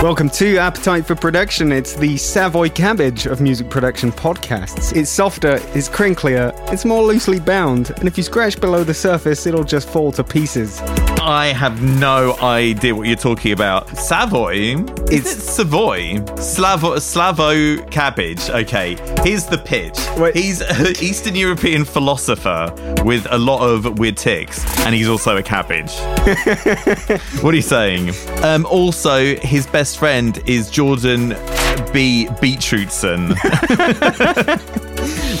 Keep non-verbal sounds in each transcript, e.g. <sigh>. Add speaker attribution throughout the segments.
Speaker 1: Welcome to Appetite for Production. It's the Savoy Cabbage of music production podcasts. It's softer, it's crinklier, it's more loosely bound, and if you scratch below the surface, it'll just fall to pieces.
Speaker 2: I have no idea what you're talking about. Savoy? Is
Speaker 1: It's-
Speaker 2: it Savoy? Slavo, Slavo cabbage. Okay, here's the pitch.
Speaker 1: Wait.
Speaker 2: He's an Eastern European philosopher with a lot of weird ticks, and he's also
Speaker 1: <laughs>
Speaker 2: a cabbage. what are you saying? Um, also, his best friend is Jordan B. Beetrootson.
Speaker 1: <laughs>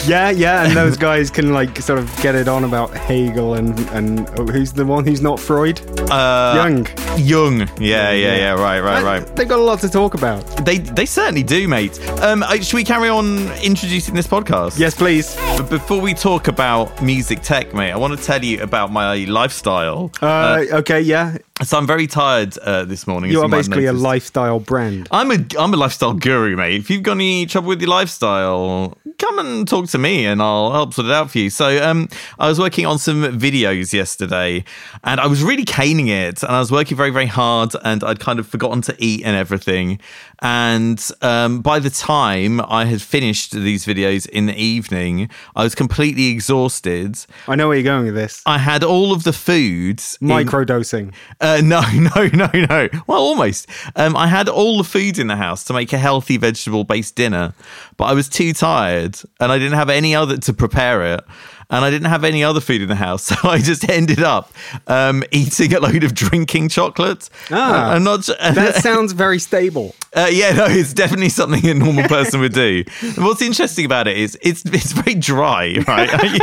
Speaker 1: Yeah, yeah, and
Speaker 2: <laughs>
Speaker 1: those guys can like sort of get it on about Hegel and and oh, who's the one who's not Freud?
Speaker 2: Uh,
Speaker 1: Young.
Speaker 2: Jung. Yeah, yeah, yeah. Right, right, right.
Speaker 1: They've got a lot to talk about.
Speaker 2: They they certainly do, mate. Um, uh, should we carry on introducing this podcast?
Speaker 1: Yes, please.
Speaker 2: But before we talk about music tech, mate, I want to tell you about my lifestyle.
Speaker 1: Uh, okay, yeah.
Speaker 2: so I'm very tired uh, this morning. as
Speaker 1: You are
Speaker 2: might have
Speaker 1: basically a
Speaker 2: noticed.
Speaker 1: lifestyle brand.
Speaker 2: I'm a I'm a lifestyle guru, mate. If you've got any trouble with your lifestyle, come and talk to me, and I'll help sort it out for you. So, um, I was working on some videos yesterday, and I was really caning it, and I was working very very hard, and I'd kind of forgotten to eat and everything. And um, by the time I had finished these videos in the evening, I was completely exhausted.
Speaker 1: I know where you're going with this.
Speaker 2: I had all of the foods in- <laughs>
Speaker 1: Microdosing.
Speaker 2: uh, no, no, no, no. Well, almost. Um, I had all the food in the house to make a healthy vegetable based dinner, but I was too tired and I didn't have any other to prepare it. And I didn't have any other food in the house. <laughs> So I just ended up um, eating a load of drinking chocolate.
Speaker 1: Ah.
Speaker 2: I'm not.
Speaker 1: That sounds very stable.
Speaker 2: Uh, yeah, <laughs> no, it's definitely something a normal person would do. And what's interesting about it is it's it's very dry, right?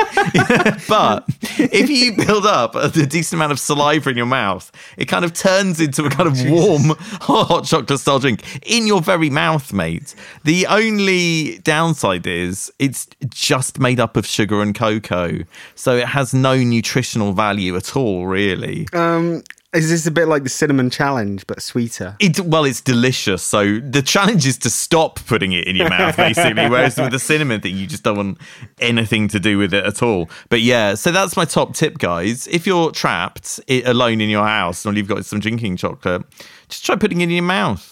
Speaker 2: <laughs> but if you build up a decent amount of saliva in your mouth, it kind of turns into a kind of warm, <laughs> hot chocolate style drink in your very mouth, mate. The only downside is it's just made up of sugar and cocoa, so it has no nutritional value at all, really.
Speaker 1: Um, is this a bit like the cinnamon challenge but sweeter?
Speaker 2: It, well, it's delicious. So the challenge is to stop putting it in your mouth, basically. Whereas with the cinnamon thing, you just don't want anything to do with it at all. But yeah, so that's my top tip, guys. If you're trapped i alone in your house and all you've got is some drinking chocolate, just try putting it in your mouth.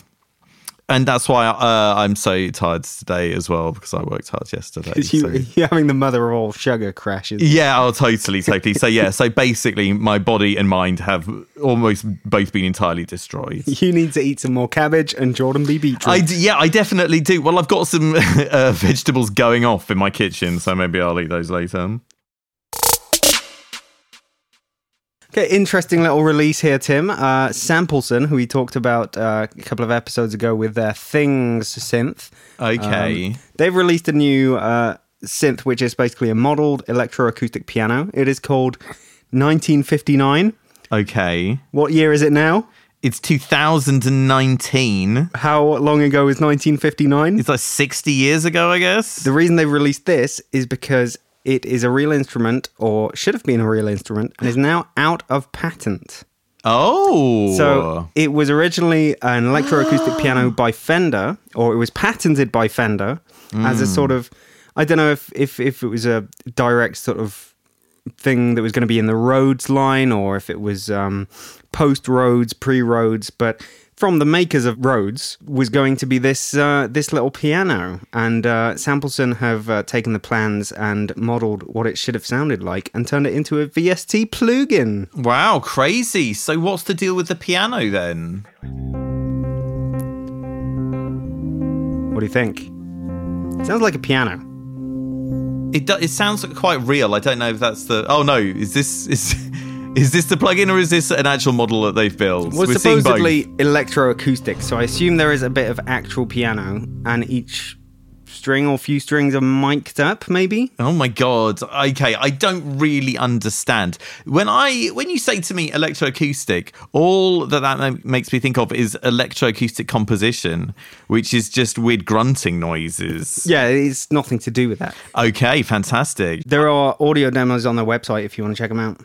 Speaker 2: And that's why uh, I'm so tired today as well because I worked hard yesterday.
Speaker 1: <laughs>
Speaker 2: so-
Speaker 1: You, you're having the mother of all sugar crashes.
Speaker 2: yeah, oh, totally, totally. So yeah, so basically, my body and mind have almost both been entirely destroyed.
Speaker 1: <laughs> You need to eat some more cabbage and Jordan B. Beetroot.
Speaker 2: I d- yeah, I definitely do. Well, I've got some <laughs> uh, vegetables going off in my kitchen, so maybe I'll eat those later.
Speaker 1: Okay, interesting little release here, Tim. Uh, Sampleson, who we talked about uh, a couple of episodes ago with their Things synth.
Speaker 2: Okay.
Speaker 1: Um, they've released a new uh, synth, which is basically a modeled electroacoustic piano. It is called 1959.
Speaker 2: okay.
Speaker 1: What year is it now?
Speaker 2: It's 2019.
Speaker 1: How long ago is 1959?
Speaker 2: It's like 60 years ago, I guess.
Speaker 1: The reason they released this is because it is a real instrument, or should have been a real instrument, and is now out of patent.
Speaker 2: oh.
Speaker 1: So it was originally an electroacoustic piano by Fender, or it was patented by Fender as a sort of, I don't know if, if, if it was a direct sort of thing that was going to be in the Rhodes line or if it was um, post Rhodes, pre Rhodes, but from the makers of Rhodes was going to be this uh, this little piano, and uh, Sampleson have uh, taken the plans and modelled what it should have sounded like and turned it into a VST plugin.
Speaker 2: wow, crazy. So what's the deal with the piano then?
Speaker 1: What do you think? Sounds like a piano.
Speaker 2: It do- it sounds quite real. I don't know if that's the Oh no, is this is <laughs> is this the plug-in or is this an actual model that they've built?
Speaker 1: Well,
Speaker 2: We're seeing both.
Speaker 1: supposedly electroacoustic, so I assume there is a bit of actual piano, and each string or few strings are mic'd up, maybe.
Speaker 2: Oh my god. Okay, I don't really understand. When I when you say to me electroacoustic, all that that ma- makes me think of is electroacoustic composition, which is just weird grunting noises.
Speaker 1: Yeah, it's nothing to do with that.
Speaker 2: Okay, fantastic.
Speaker 1: There are audio demos on their website if you want to check them out.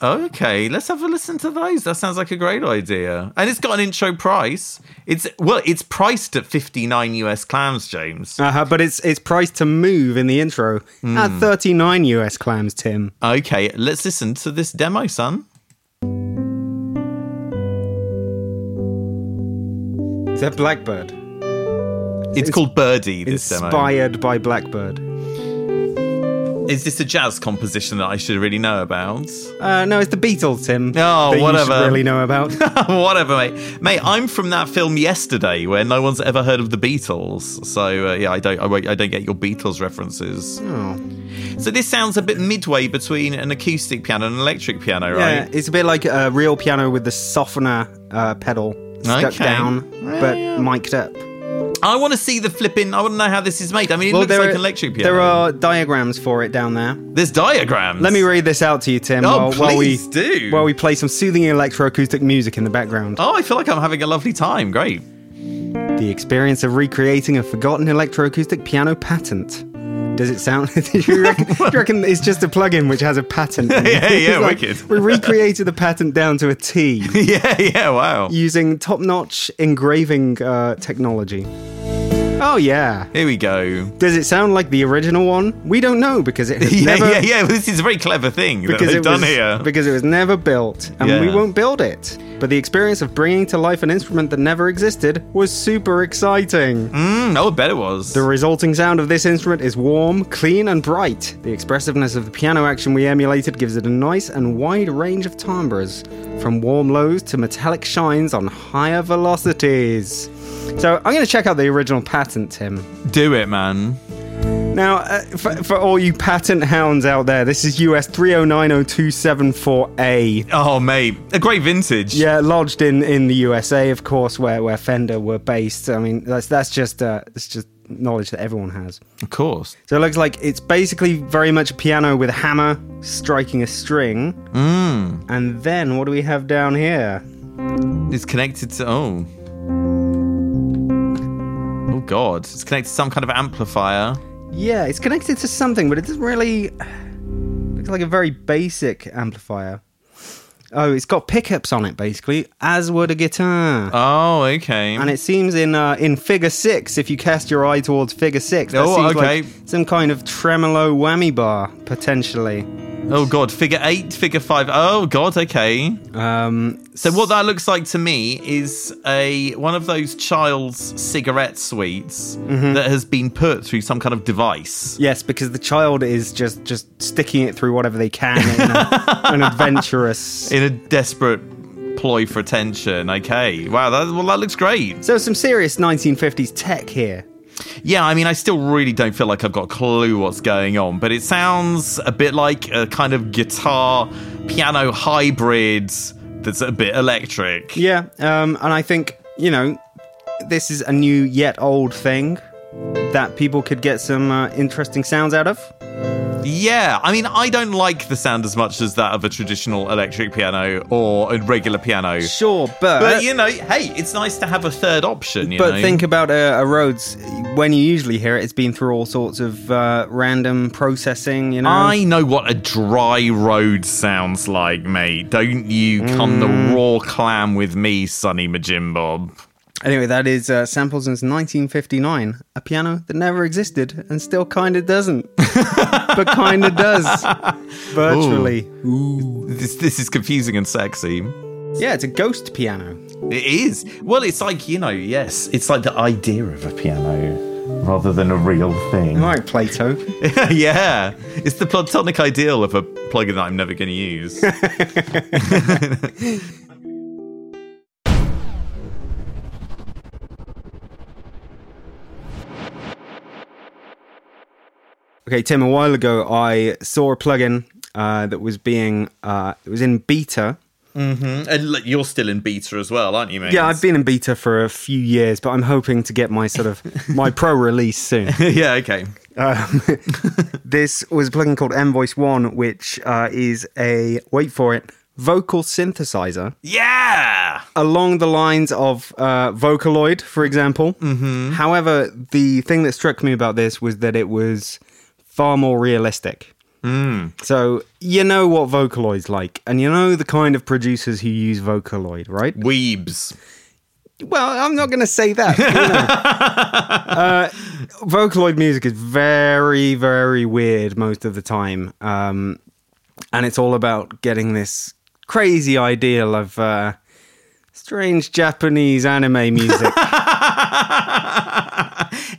Speaker 2: Okay, let's have a listen to those. That sounds like a great idea. And it's got an intro price. It's well, it's priced at 59 US clams, James.
Speaker 1: Uh-huh, but it's it's priced to move in the intro at 39 US clams, Tim.
Speaker 2: Okay, let's listen to this demo, son.
Speaker 1: It's a Blackbird.
Speaker 2: It's, called Birdie. This demo.
Speaker 1: Inspired by Blackbird.
Speaker 2: Is this a jazz composition that I should really know about?
Speaker 1: Uh, no, it's the Beatles, Tim.
Speaker 2: Oh,
Speaker 1: that You
Speaker 2: whatever.
Speaker 1: should really know <laughs> about.
Speaker 2: <laughs> Whatever, mate. Mate, I'm from that film yesterday where no one's ever heard of the Beatles. So uh, yeah, I don't, I, won't- I don't get your Beatles references.
Speaker 1: Oh.
Speaker 2: So this sounds a bit midway between an acoustic piano and an electric piano,
Speaker 1: Yeah,
Speaker 2: right?
Speaker 1: it's a bit like a real piano with the softener uh, pedal stuck
Speaker 2: Okay.
Speaker 1: down, but mic'd up.
Speaker 2: I want to see the flipping. I want to know how this is made. I mean, it looks like an electric piano.
Speaker 1: there are diagrams for it down there.
Speaker 2: There's diagrams.
Speaker 1: Let me read this out to you, Tim.
Speaker 2: Oh,
Speaker 1: while, while we
Speaker 2: please do.
Speaker 1: while we play some soothing electroacoustic music in the background.
Speaker 2: Oh, I feel like I'm having a lovely time.
Speaker 1: <laughs>
Speaker 2: Great. <laughs> Oh.
Speaker 1: The experience of recreating a forgotten electroacoustic piano patent. Does it sound? <laughs> do, you reckon, do you
Speaker 2: <laughs>
Speaker 1: reckon it's just a plugin which has a patent? in it? <laughs>
Speaker 2: Yeah,
Speaker 1: It's
Speaker 2: yeah, wicked.
Speaker 1: We recreated the patent down to a T
Speaker 2: yeah, yeah. Wow.
Speaker 1: using top-notch engraving uh, technology. Oh yeah.
Speaker 2: Here we go.
Speaker 1: Does it sound like the original one? We don't know because
Speaker 2: <laughs>
Speaker 1: it has
Speaker 2: Yeah,
Speaker 1: never
Speaker 2: yeah, yeah. This is a very clever thing that
Speaker 1: <laughs> because
Speaker 2: they've
Speaker 1: it
Speaker 2: done
Speaker 1: was,
Speaker 2: here.
Speaker 1: because it was never built, and we
Speaker 2: Yeah.
Speaker 1: won't build it. But the experience of bringing to life an instrument that never existed was super exciting.
Speaker 2: Mm, oh, I bet it was.
Speaker 1: The resulting sound of this instrument is warm, clean, and bright. The expressiveness of the piano action we emulated gives it a nice and wide range of timbres, from warm lows to metallic shines on higher velocities. So I'm going to check out the original patent, Tim.
Speaker 2: Do it, man.
Speaker 1: Now, uh, for, for all you patent hounds out there, this is US 3090274A.
Speaker 2: Oh, mate. A great vintage.
Speaker 1: Yeah, lodged in, in the USA, of course, where, where Fender were based. I mean, that's that's just uh, it's just knowledge that everyone has.
Speaker 2: Of course.
Speaker 1: So it looks like it's basically very much a piano with a hammer striking a string.
Speaker 2: Mm.
Speaker 1: And then what do we have down here?
Speaker 2: It's connected to. Oh. Oh, God. It's connected to some kind of amplifier.
Speaker 1: Yeah, it's connected to something, but it doesn't really. <sighs> Looks like a very basic amplifier. Oh, it's got pickups on it, basically, as would a guitar.
Speaker 2: Oh, okay.
Speaker 1: and it seems in uh, in Figure Six, if you cast your eye towards Figure Six, that
Speaker 2: Oh,
Speaker 1: seems
Speaker 2: okay.
Speaker 1: like some kind of tremolo whammy bar potentially.
Speaker 2: oh, God. Figure eight, figure five. Oh, God. Okay.
Speaker 1: Um,
Speaker 2: So what that looks like to me is a one of those child's cigarette sweets
Speaker 1: Mm-hmm.
Speaker 2: that has been put through some kind of device.
Speaker 1: yes, because the child is just just sticking it through whatever they can in <laughs> a, an adventurous.
Speaker 2: in a desperate ploy for attention. Okay, wow, that, well, that looks great.
Speaker 1: So some serious 1950s tech here.
Speaker 2: Yeah, I mean, I still really don't feel like I've got a clue what's going on, but it sounds a bit like a kind of guitar piano hybrid that's a bit electric.
Speaker 1: Yeah, um, and I think you know this is a new yet old thing that people could get some uh, interesting sounds out of.
Speaker 2: Yeah, I mean, I don't like the sound as much as that of a traditional electric piano or a regular piano.
Speaker 1: Sure,
Speaker 2: But you know, hey, it's nice to have a third option. You
Speaker 1: But
Speaker 2: know?
Speaker 1: think about uh, a, a Rhodes. When you usually hear it, it's been through all sorts of uh, random processing, you know?
Speaker 2: I know what a dry road sounds like, mate. Don't you
Speaker 1: Mm.
Speaker 2: come the raw clam with me, Sonny Majimbob.
Speaker 1: Anyway, that is uh, Sampleson's 1959, a piano that never existed and still kind of doesn't. but kind of does. Virtually.
Speaker 2: This, this is confusing and sexy.
Speaker 1: Yeah, it's a ghost piano.
Speaker 2: It is. Well, it's like, you know, yes, it's like the idea of a piano rather than a real thing.
Speaker 1: All right, Plato.
Speaker 2: <laughs> yeah. It's the platonic ideal of a plugin that I'm never going to
Speaker 1: <laughs>
Speaker 2: use.
Speaker 1: Okay, Tim, a while ago I saw a plugin uh, that was being, uh, it was in beta.
Speaker 2: and look, you're still in beta as well, aren't you, mate?
Speaker 1: Yeah, I've been in beta for a few years, but I'm hoping to get my sort of, my pro release soon.
Speaker 2: <laughs> yeah, okay.
Speaker 1: This was a plugin called Envoice One, which uh, is a wait for it vocal synthesizer
Speaker 2: Yeah.
Speaker 1: along the lines of uh, Vocaloid, for example. Mm-hmm. However, the thing that struck me about this was that it was far more realistic. So you know what Vocaloid's like, and you know the kind of producers who use Vocaloid, right?
Speaker 2: Weebs.
Speaker 1: Well, I'm not going to say that. you know. uh, Vocaloid music is very, very weird most of the time. Um, and it's all about getting this crazy ideal of uh, Strange Japanese anime music.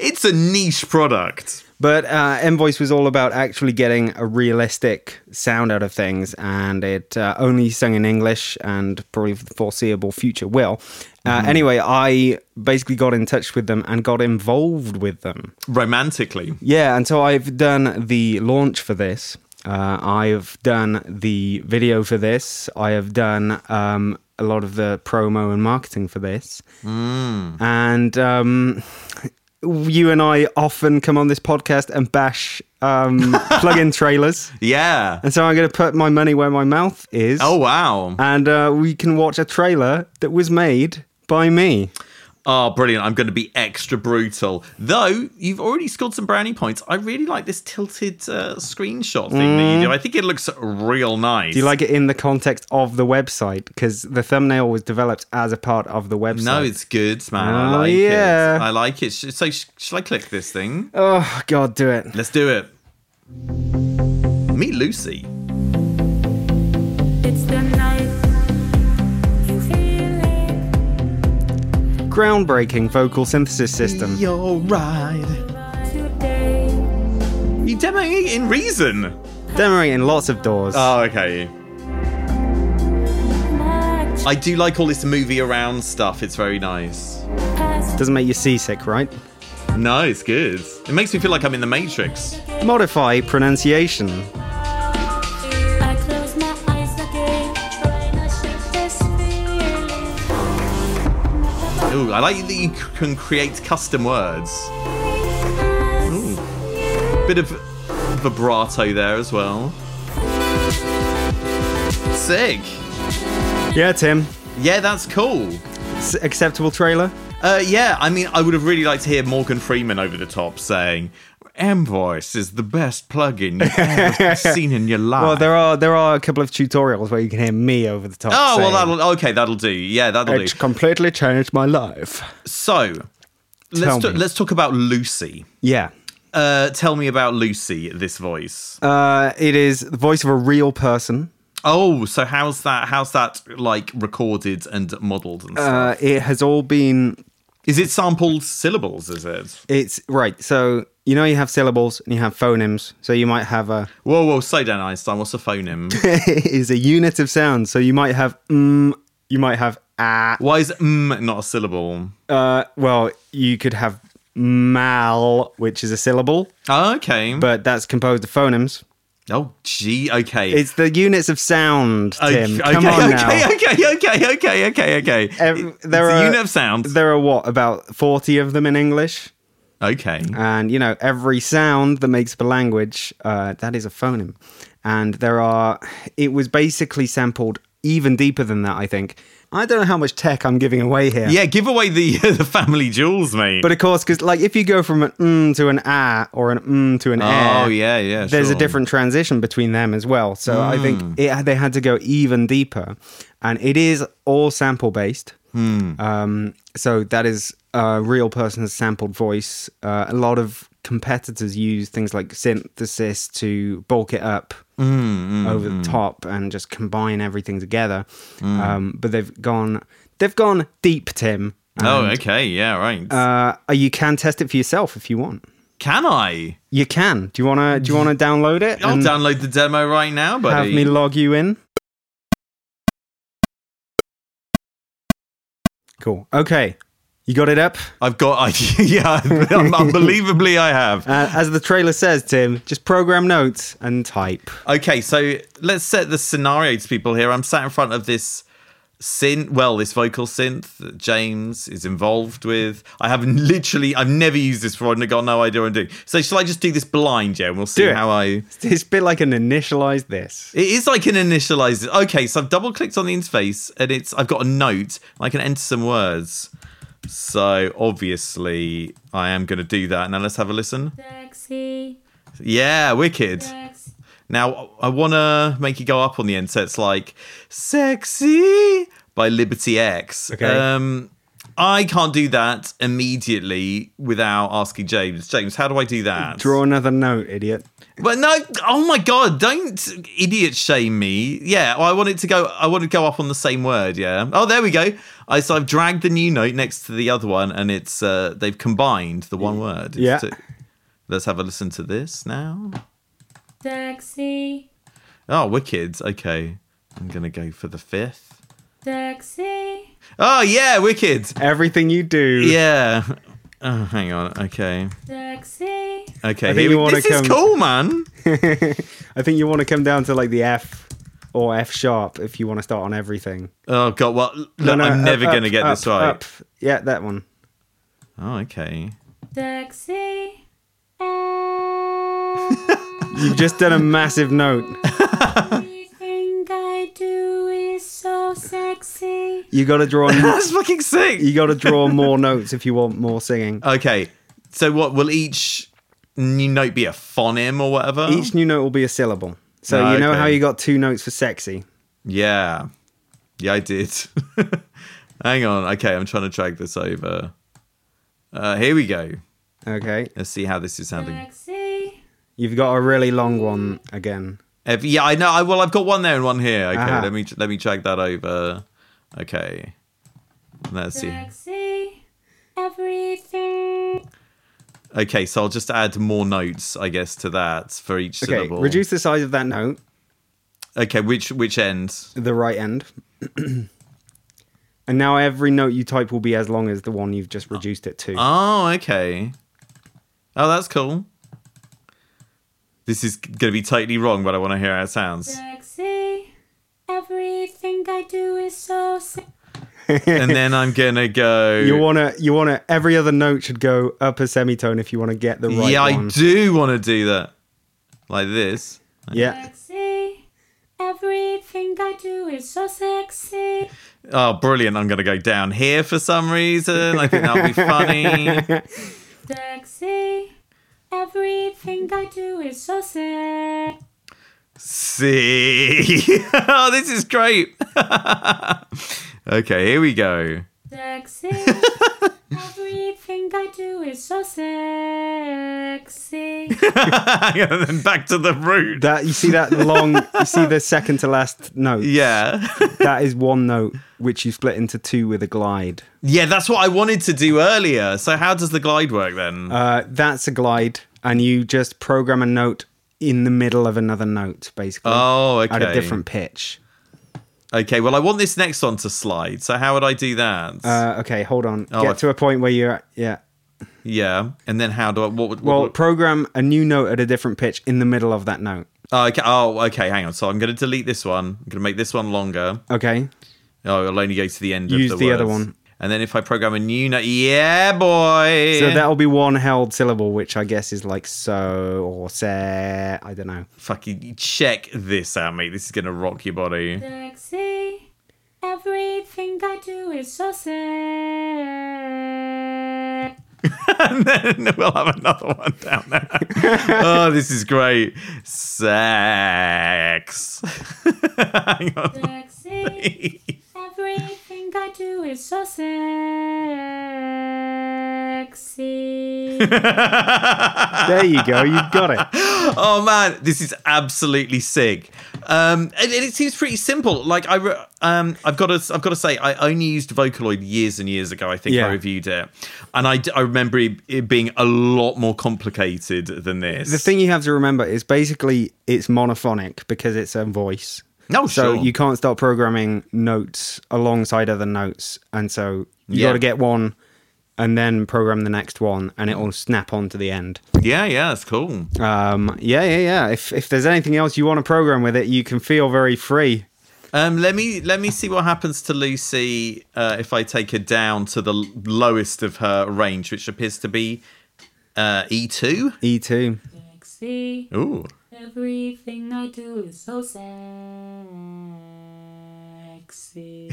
Speaker 2: It's a niche product.
Speaker 1: But uh, Envoice was all about actually getting a realistic sound out of things, and it uh, only sung in English, and probably for the foreseeable future will. Uh, Anyway, I basically got in touch with them and got involved with them.
Speaker 2: Romantically.
Speaker 1: Yeah, and so I've done the launch for this. Uh, I've done the video for this. I have done um, a lot of the promo and marketing for this.
Speaker 2: Mm.
Speaker 1: And um, you and I often come on this podcast and bash
Speaker 2: <laughs>
Speaker 1: um, plug in trailers.
Speaker 2: Yeah.
Speaker 1: And so I'm going to put my money where my mouth is.
Speaker 2: Oh wow.
Speaker 1: And uh, we can watch a trailer that was made by me.
Speaker 2: Oh, brilliant. I'm going to be extra brutal. Though, you've already scored some brownie points. I really like this tilted uh, screenshot thing that you do. I think it looks real nice.
Speaker 1: Mm. Do you like it in the context of the website? Because the thumbnail was developed as a part of the website.
Speaker 2: No, it's good, man. I
Speaker 1: Oh,
Speaker 2: like
Speaker 1: yeah.
Speaker 2: it. I like it. Sh- So, sh- shall I click this thing?
Speaker 1: Oh God, do it!
Speaker 2: Let's do it. Meet Lucy.
Speaker 3: It's the night you feel it.
Speaker 1: Groundbreaking vocal synthesis system.
Speaker 2: You're right.
Speaker 3: Today,
Speaker 2: You demoing it in Reason.
Speaker 1: Demoing in lots of doors.
Speaker 2: Oh, okay.
Speaker 3: much
Speaker 2: I do like all this movie around stuff. It's very nice.
Speaker 3: as
Speaker 1: Doesn't make you seasick, right?
Speaker 2: No, it's good. It makes me feel like I'm in the Matrix.
Speaker 1: Modify pronunciation.
Speaker 3: I close my eyes again, trying to shake this feeling.
Speaker 2: Ooh, I like that you c- can create custom words. Ooh. Bit of vibrato there as well. Sick.
Speaker 1: Yeah, Tim.
Speaker 2: Yeah, that's cool.
Speaker 1: S- acceptable trailer.
Speaker 2: Uh, yeah, I mean, I would have really liked to hear Morgan Freeman over the top saying, Amvoice is the best plugin you've
Speaker 1: <laughs>
Speaker 2: ever seen in your life.
Speaker 1: Well, there are there are a couple of tutorials where you can hear me over the top.
Speaker 2: Oh well,
Speaker 1: saying,
Speaker 2: that'll okay. That'll do. Yeah, that'll
Speaker 1: It's
Speaker 2: do.
Speaker 1: completely changed my life.
Speaker 2: So
Speaker 1: Tell
Speaker 2: let's ta-
Speaker 1: me.
Speaker 2: let's talk about Lucy.
Speaker 1: Yeah.
Speaker 2: Uh, tell me about Lucy. This voice.
Speaker 1: Uh, it is the voice of a real person.
Speaker 2: oh, so how's that? How's that like recorded and modelled and stuff?
Speaker 1: Uh, it has all been
Speaker 2: is it sampled syllables? Is it?
Speaker 1: It's right. So you know you have syllables and you have phonemes. So you might have a
Speaker 2: Whoa, whoa, slow down, Einstein. What's a phoneme?
Speaker 1: <laughs> is a unit of sound. So you might have mm, you might have ah.
Speaker 2: Why is mm not a syllable?
Speaker 1: Uh, well, you could have mal, which is a syllable,
Speaker 2: Oh, okay.
Speaker 1: but that's composed of phonemes.
Speaker 2: oh, gee. Okay.
Speaker 1: It's the units of sound,
Speaker 2: okay,
Speaker 1: Tim.
Speaker 2: okay,
Speaker 1: Come on now.
Speaker 2: <laughs> okay, okay, okay, okay, okay, okay.
Speaker 1: Ev-
Speaker 2: It's
Speaker 1: there
Speaker 2: a
Speaker 1: are-
Speaker 2: unit of sound.
Speaker 1: There are what about forty of them in English,
Speaker 2: okay.
Speaker 1: and you know every sound that makes up a language uh, that is a phoneme. And there are. It was basically sampled even deeper than that. I think. I don't know how much tech I'm giving away here.
Speaker 2: Yeah, give away the <laughs> the family jewels, mate.
Speaker 1: But of course, because like if you go from an mm to an ah or an mm to an
Speaker 2: oh yeah, yeah.
Speaker 1: there's
Speaker 2: sure. Mm.
Speaker 1: a different transition between them as well. So I think it, they had to go even deeper, and it is all sample based.
Speaker 2: Hmm.
Speaker 1: Um, so that is a real person's sampled voice. Uh, a lot of competitors use things like synthesis to bulk it up
Speaker 2: Hmm,
Speaker 1: over the top and just combine everything together.
Speaker 2: Hmm.
Speaker 1: Um, but they've gone, they've gone deep, Tim.
Speaker 2: Oh, okay, yeah, right.
Speaker 1: Uh, you can test it for yourself if you want.
Speaker 2: Can I?
Speaker 1: You can. Do you wanna? Do you wanna download it?
Speaker 2: I'll
Speaker 1: and-
Speaker 2: download the demo right now, buddy.
Speaker 1: Have me log you in. Cool. Okay. You got it up?
Speaker 2: I've got. <laughs> I, yeah, un- unbelievably, I have.
Speaker 1: Uh, as the trailer says, Tim, just program notes and type. <laughs>
Speaker 2: Okay, so let's set the scenario to people here. I'm sat in front of this synth. Well, this vocal synth that James is involved with. I have literally. I've never used this before, and I got no idea what I'm doing. So, shall I just do this blind, yeah? And we'll see
Speaker 1: Do it.
Speaker 2: how I.
Speaker 1: It's a bit like an initialize this.
Speaker 2: It is like an initializer. Okay, so I've double clicked on the interface and it's I've got a note. I can enter some words. So obviously I am going to do that. Now let's have a listen.
Speaker 3: Sexy,
Speaker 2: Yeah, wicked.
Speaker 3: sex,
Speaker 2: Now I want to make it go up on the end. So it's like "Sexy" by Liberty X.
Speaker 1: Okay.
Speaker 2: Um, I can't do that immediately without asking James. James, how do I do that?
Speaker 1: Draw another note, idiot.
Speaker 2: But no, oh my god, don't idiot shame me. Yeah, I want it to go. I want to go up on the same word. Yeah. Oh, there we go. I so I've dragged the new note next to the other one, and it's uh, they've combined the one word. It's
Speaker 1: Yeah.
Speaker 2: two. let's have a listen to this now.
Speaker 3: Taxi,
Speaker 2: Oh, wicked. Okay, I'm gonna go for the fifth.
Speaker 3: taxi.
Speaker 2: Oh yeah, wicked.
Speaker 1: Everything you do.
Speaker 2: Yeah. Oh, hang on. Okay.
Speaker 3: Taxi,
Speaker 2: Okay.
Speaker 1: think
Speaker 2: here
Speaker 1: you
Speaker 2: we-
Speaker 1: wanna
Speaker 2: this
Speaker 1: come-
Speaker 2: is cool, man.
Speaker 1: <laughs> I think you want to come down to like the F or F sharp if you want to start on everything.
Speaker 2: Oh god. Well, look, I'm
Speaker 1: up,
Speaker 2: never
Speaker 1: up,
Speaker 2: gonna get
Speaker 1: up,
Speaker 2: this right.
Speaker 1: up. Yeah, that one.
Speaker 2: Oh, okay. <laughs>
Speaker 3: taxi.
Speaker 1: You've just done a massive note.
Speaker 3: <laughs> Everything I do is so sexy.
Speaker 1: You got to draw.
Speaker 2: That's fucking sick.
Speaker 1: you got to draw more notes if you want more singing.
Speaker 2: Okay. So what will each new note be a phoneme or whatever?
Speaker 1: Each new note will be a syllable. So
Speaker 2: Ah,
Speaker 1: you know
Speaker 2: okay.
Speaker 1: how you got two notes for sexy.
Speaker 2: yeah. Yeah, I did. <laughs> Hang on. Okay, I'm trying to drag this over. Uh, here we go.
Speaker 1: Okay,
Speaker 2: Let's see how this is sounding.
Speaker 3: Taxi.
Speaker 1: you've got a really long one again.
Speaker 2: Ev- yeah, I know. I, well, I've got one there and one here. Okay,
Speaker 1: Uh-huh.
Speaker 2: let me let me drag that over. Okay, let's see.
Speaker 3: Taxi. Everything.
Speaker 2: Okay, so I'll just add more notes, I guess, to that for each
Speaker 1: Okay,
Speaker 2: syllable.
Speaker 1: reduce the size of that note,
Speaker 2: Okay, which which end?
Speaker 1: the right end, <clears throat> and now every note you type will be as long as the one you've just reduced it to.
Speaker 2: Oh, okay. Oh, that's cool. This is going to be totally wrong, but I want to hear how it sounds.
Speaker 3: Taxi. Everything I do is so sexy.
Speaker 2: and then I'm going to go.
Speaker 1: <laughs> You wanna, you wanna. Every other note should go up a semitone if you want to get the right
Speaker 2: yeah,
Speaker 1: one.
Speaker 2: I do want to do that. Like this.
Speaker 1: Yeah,
Speaker 3: Sexy. Everything I do is so sexy.
Speaker 2: Oh, brilliant. I'm going to go down here for some reason. I think that'll
Speaker 1: <laughs>
Speaker 2: be funny.
Speaker 3: Sexy. Everything I do is so sexy.
Speaker 2: See. <laughs> oh, this is great. <laughs> okay, here we go. <laughs>
Speaker 3: Sexy. Everything I do is so sexy.
Speaker 2: and then back to the root.
Speaker 1: that you see that long. you see the second to last note.
Speaker 2: yeah. <laughs>
Speaker 1: That is one note which you split into two with a glide.
Speaker 2: Yeah, that's what I wanted to do earlier. So how does the glide work then?
Speaker 1: Uh, that's a glide, and you just program a note in the middle of another note, basically.
Speaker 2: Oh, okay.
Speaker 1: At a different pitch.
Speaker 2: Okay, well I want this next one to slide. So how would I do that?
Speaker 1: Uh, okay, hold on.
Speaker 2: Oh, I-
Speaker 1: Get to a point where you're at, yeah.
Speaker 2: yeah, and then how do I? What would? What,
Speaker 1: Well,
Speaker 2: would-
Speaker 1: program a new note at a different pitch in the middle of that note.
Speaker 2: oh, okay. Oh, okay. Hang on. So I'm going to delete this one. I'm going to make this one longer.
Speaker 1: Okay.
Speaker 2: Oh, I'll only go to the end.
Speaker 1: Use
Speaker 2: of the,
Speaker 1: the other
Speaker 2: words.
Speaker 1: one.
Speaker 2: And then if I program a new note, yeah, boy.
Speaker 1: So that'll be one held syllable, which I guess is like so or se. I don't know.
Speaker 2: fucking check this out, mate. This is going to rock your body. <laughs>
Speaker 3: Sexy. Everything I do is so sexy.
Speaker 2: and then we'll have another one down
Speaker 1: <laughs>
Speaker 2: there. oh, this is great. Sex. <laughs> Hang on.
Speaker 3: Sexy. Everything I do is so sexy.
Speaker 1: There you go. You've got
Speaker 2: <laughs>
Speaker 1: it.
Speaker 2: oh man, this is absolutely sick. Um, and, and it seems pretty simple. Like I, re- um, I've got to, I've got to say, I only used Vocaloid years and years ago. I think
Speaker 1: Yeah.
Speaker 2: I reviewed it, and I, d- I remember it, it being a lot more complicated than this.
Speaker 1: The thing you have to remember is basically it's monophonic because it's a voice.
Speaker 2: no,
Speaker 1: So
Speaker 2: Oh, sure.
Speaker 1: you can't start programming notes alongside other notes, and so you
Speaker 2: Yeah.
Speaker 1: got to get one and then program the next one, and it will snap on to the end.
Speaker 2: yeah, yeah, that's cool.
Speaker 1: Um, yeah, yeah, yeah. If if there's anything else you want to program with it, you can feel very free.
Speaker 2: Um, let me let me see what happens to Lucy uh, if I take her down to the l- lowest of her range, which appears to be uh, E two.
Speaker 1: E two.
Speaker 3: Sexy.
Speaker 2: Ooh,
Speaker 3: Everything I do is so sexy.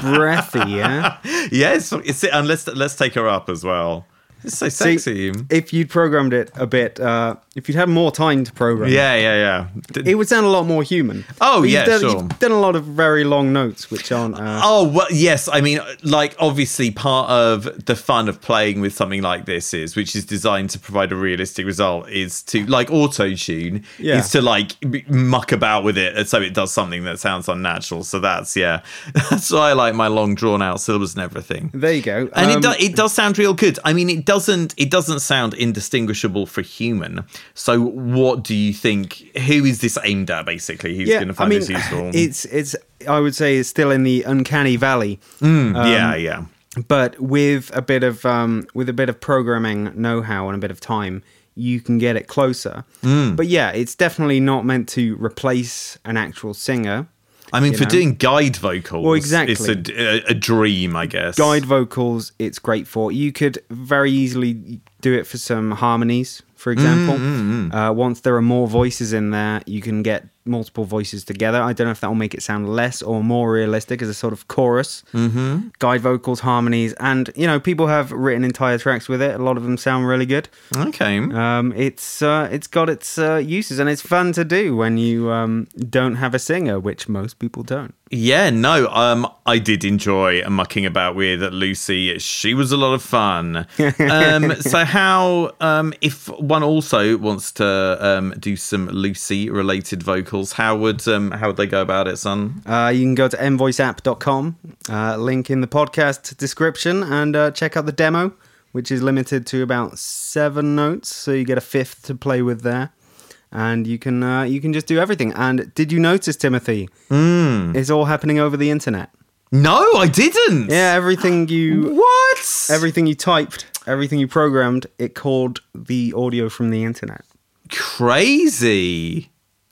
Speaker 1: Breathy, yeah.
Speaker 2: yes. It's, unless let's take her up as well. <laughs> It's so
Speaker 1: See,
Speaker 2: sexy.
Speaker 1: if you'd programmed it a bit, uh, if you'd had more time to program, it,
Speaker 2: yeah, yeah, yeah. D-
Speaker 1: it would sound a lot more human.
Speaker 2: Oh,
Speaker 1: But you've
Speaker 2: yeah,
Speaker 1: done,
Speaker 2: sure.
Speaker 1: You've done a lot of very long notes, which aren't. Uh,
Speaker 2: Oh well, yes. I mean, like obviously, part of the fun of playing with something like this is, which is designed to provide a realistic result, is to like auto tune,
Speaker 1: Yeah.
Speaker 2: is to like m- muck about with it so it does something that sounds unnatural. So that's yeah, <laughs> that's why I like my long drawn out syllables and everything.
Speaker 1: there you go.
Speaker 2: And
Speaker 1: Um,
Speaker 2: it does it does sound real good. I mean, it doesn't it doesn't sound indistinguishable for human. So what do you think? Who is this aimed at? Basically, who's going to find this useful?
Speaker 1: It's it's I would say it's still in the uncanny valley,
Speaker 2: Hmm,
Speaker 1: um,
Speaker 2: yeah, yeah.
Speaker 1: but with a bit of um, with a bit of programming know-how and a bit of time, you can get it closer. But yeah, it's definitely not meant to replace an actual singer.
Speaker 2: I mean,
Speaker 1: you
Speaker 2: for
Speaker 1: know?
Speaker 2: doing guide vocals,
Speaker 1: Well, exactly.
Speaker 2: it's a, a, a dream, I guess.
Speaker 1: Guide vocals, it's great for. You could very easily do it for some harmonies, for example. Uh, once there are more voices in there, you can get multiple voices together. I don't know if that will make it sound less or more realistic as a sort of chorus. Mm-hmm. Guide vocals, harmonies, and you know, people have written entire tracks with it. A lot of them sound really good.
Speaker 2: Okay.
Speaker 1: Um, it's uh, it's got its uh, uses and it's fun to do when you um, don't have a singer, which most people don't.
Speaker 2: yeah, no. Um, I did enjoy mucking about with Lucy. She was a lot of
Speaker 1: <laughs>
Speaker 2: fun. um, so how um, if one also wants to um, do some Lucy related vocals, how would um, how would they go about it, son?
Speaker 1: Uh, you can go to mvoiceapp.com, uh, link in the podcast description, and uh, check out the demo, which is limited to about seven notes. So you get a fifth to play with there, and you can uh, you can just do everything. And did you notice, Timothy? It's all happening over the internet.
Speaker 2: No, I didn't.
Speaker 1: Yeah, <gasps> everything you
Speaker 2: What?
Speaker 1: everything you typed, everything you programmed, it called the audio from the internet.
Speaker 2: Crazy.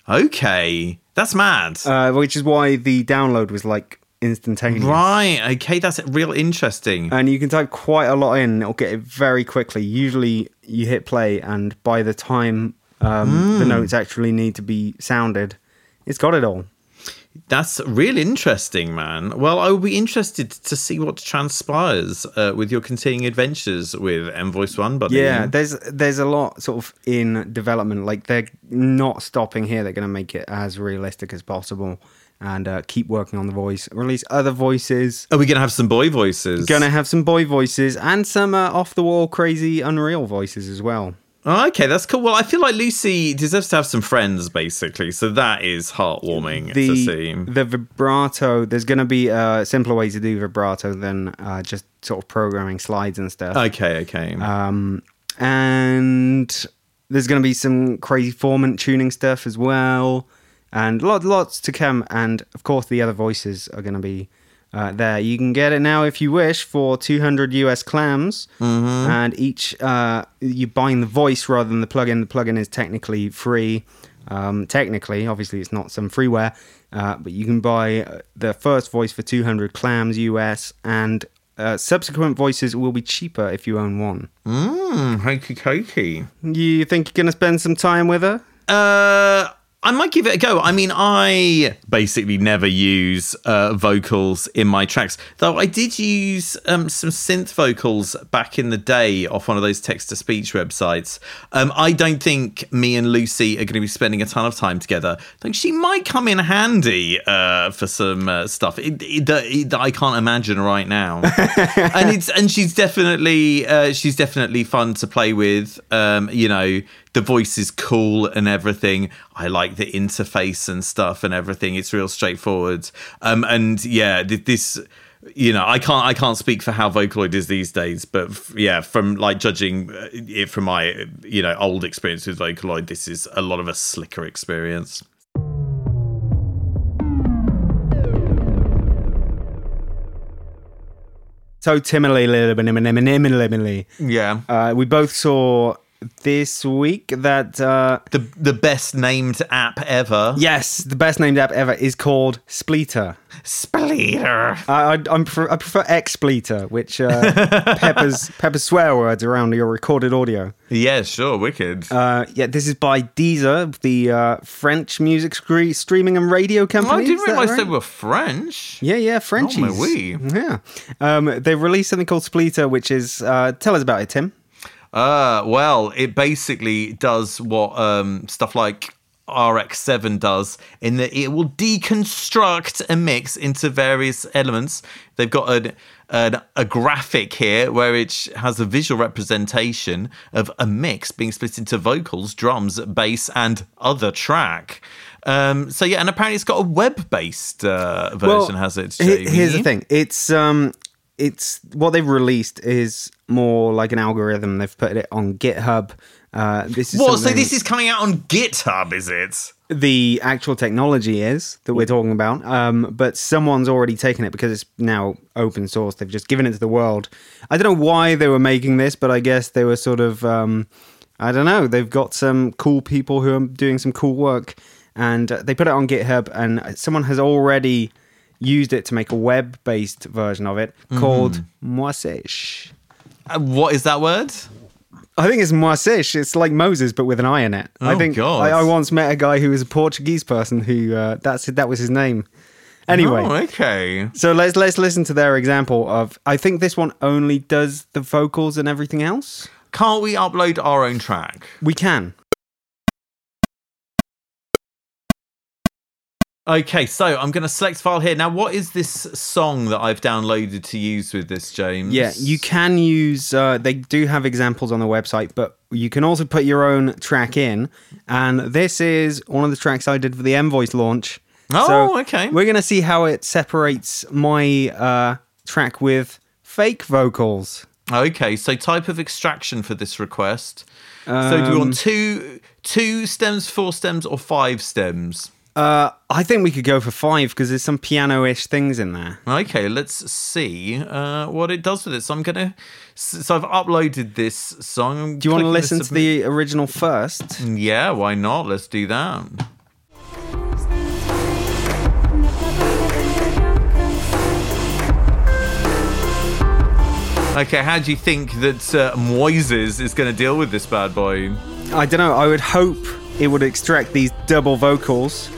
Speaker 2: Okay, that's mad.
Speaker 1: Uh, which is why the download was like instantaneous.
Speaker 2: Right. Okay, that's real interesting.
Speaker 1: and you can type quite a lot in. It'll get it very quickly. Usually, you hit play, and by the time um, the notes actually need to be sounded, it's got it all.
Speaker 2: That's real interesting, man. Well, I will be interested to see what transpires uh, with your continuing adventures with M Voice One, buddy.
Speaker 1: Yeah, there's there's a lot sort of in development. Like they're not stopping here. They're going to make it as realistic as possible, and uh, keep working on the voice. Release other voices.
Speaker 2: Are we going to have some boy voices?
Speaker 1: Gonna have some boy voices and some uh, off the wall, crazy, unreal voices as well.
Speaker 2: Oh, okay, that's cool. Well, I feel like Lucy deserves to have some friends, basically. So that is heartwarming to see.
Speaker 1: the vibrato there's going to be a simpler way to do vibrato than uh, just sort of programming slides and stuff
Speaker 2: Okay, okay.
Speaker 1: um, and there's going to be some crazy formant tuning stuff as well and lot, lots to come and of course the other voices are going to be uh, there you can get it now if you wish for 200 us clams and each uh, you bind the voice rather than the plugin the plugin is technically free um, technically obviously it's not some freeware uh, but you can buy uh, the first voice for 200 clams us and uh, subsequent voices will be cheaper if you own one
Speaker 2: Mm, hokey cokey.
Speaker 1: you think you're going to spend some time with her
Speaker 2: Uh, I might give it a go. I mean, I basically never use uh, vocals in my tracks, though I did use um, some synth vocals back in the day off one of those text to speech websites. Um, I don't think me and Lucy are going to be spending a ton of time together. I think she might come in handy uh, for some uh, stuff it, it, that, it- that I can't imagine right now. and it's and she's definitely uh, she's definitely fun to play with. Um, you know, the voice is cool and everything. I like the interface and stuff and everything. It's real straightforward. Um, and yeah, th- this you know, I can't I can't speak for how Vocaloid is these days, but f- yeah, from like judging uh, it from my you know old experience with Vocaloid, this is a lot of a slicker experience.
Speaker 1: so timidly
Speaker 2: Yeah.
Speaker 1: uh, we both saw this week that uh,
Speaker 2: the, the best named app ever.
Speaker 1: yes the best named app ever is called spleeter
Speaker 2: Spleeter.
Speaker 1: I, I, I'm pre- I prefer expleeter, which <laughs> uh, peppers peppers swear words around your recorded audio.
Speaker 2: Yeah, sure, wicked.
Speaker 1: Uh, yeah, this is by Deezer, the uh, French music scre- streaming and radio company.
Speaker 2: I
Speaker 1: is
Speaker 2: didn't
Speaker 1: that
Speaker 2: realise
Speaker 1: right?
Speaker 2: they were French.
Speaker 1: Yeah, yeah, Frenchies.
Speaker 2: wee.
Speaker 1: Yeah, um, they released something called Spleeter, which is uh, tell us about it, Tim.
Speaker 2: Uh, well, it basically does what um, stuff like RX7 does in that it will deconstruct a mix into various elements. They've got an, an, a graphic here where it has a visual representation of a mix being split into vocals, drums, bass, and other track. Um, so yeah, and apparently it's got a web-based uh, version, has it?
Speaker 1: he-
Speaker 2: Jamie?
Speaker 1: here's the thing. It's um, it's what they've released is more like an algorithm. They've put it on GitHub. Uh, this is
Speaker 2: What? So
Speaker 1: something-
Speaker 2: this is coming out on GitHub, is it?
Speaker 1: the actual technology is that we're talking about. Um, but someone's already taken it because it's now open source. They've just given it to the world. I don't know why they were making this, but I guess they were sort of, um, I don't know, they've got some cool people who are doing some cool work and uh, they put it on GitHub and someone has already used it to make a web based version of it called Moisish.
Speaker 2: Uh, What is that word?
Speaker 1: I think it's Moisish. It's like Moses, but with an I in it. I
Speaker 2: Oh,
Speaker 1: think
Speaker 2: God.
Speaker 1: I, I once met a guy who was a Portuguese person who uh, that's that was his name. Anyway,
Speaker 2: Oh, okay.
Speaker 1: so let's let's listen to their example of. I think this one only does the vocals and everything else.
Speaker 2: Can't we upload our own track?
Speaker 1: We can.
Speaker 2: Okay, so I'm going to select file here. Now, what is this song that I've downloaded to use with this, James?
Speaker 1: Yeah, you can use. Uh, they do have examples on the website, but you can also put your own track in. And this is one of the tracks I did for the Envoys launch.
Speaker 2: Oh, okay.
Speaker 1: We're gonna see how it separates my uh, track with fake vocals.
Speaker 2: Okay, so type of extraction for this request. so
Speaker 1: Um,
Speaker 2: do you want two two stems, four stems, or five stems?
Speaker 1: Uh, I think we could go for five because there's some piano-ish things in there.
Speaker 2: Okay, let's see uh, what it does with it. So I'm gonna. So I've uploaded this song. I'm
Speaker 1: Do you want to
Speaker 2: clicking
Speaker 1: listen to
Speaker 2: submit-
Speaker 1: the original first?
Speaker 2: Yeah, why not? Let's do that. Okay, how do you think that uh, Moises is going to deal with this bad boy?
Speaker 1: I don't know. I would hope it would extract these double vocals.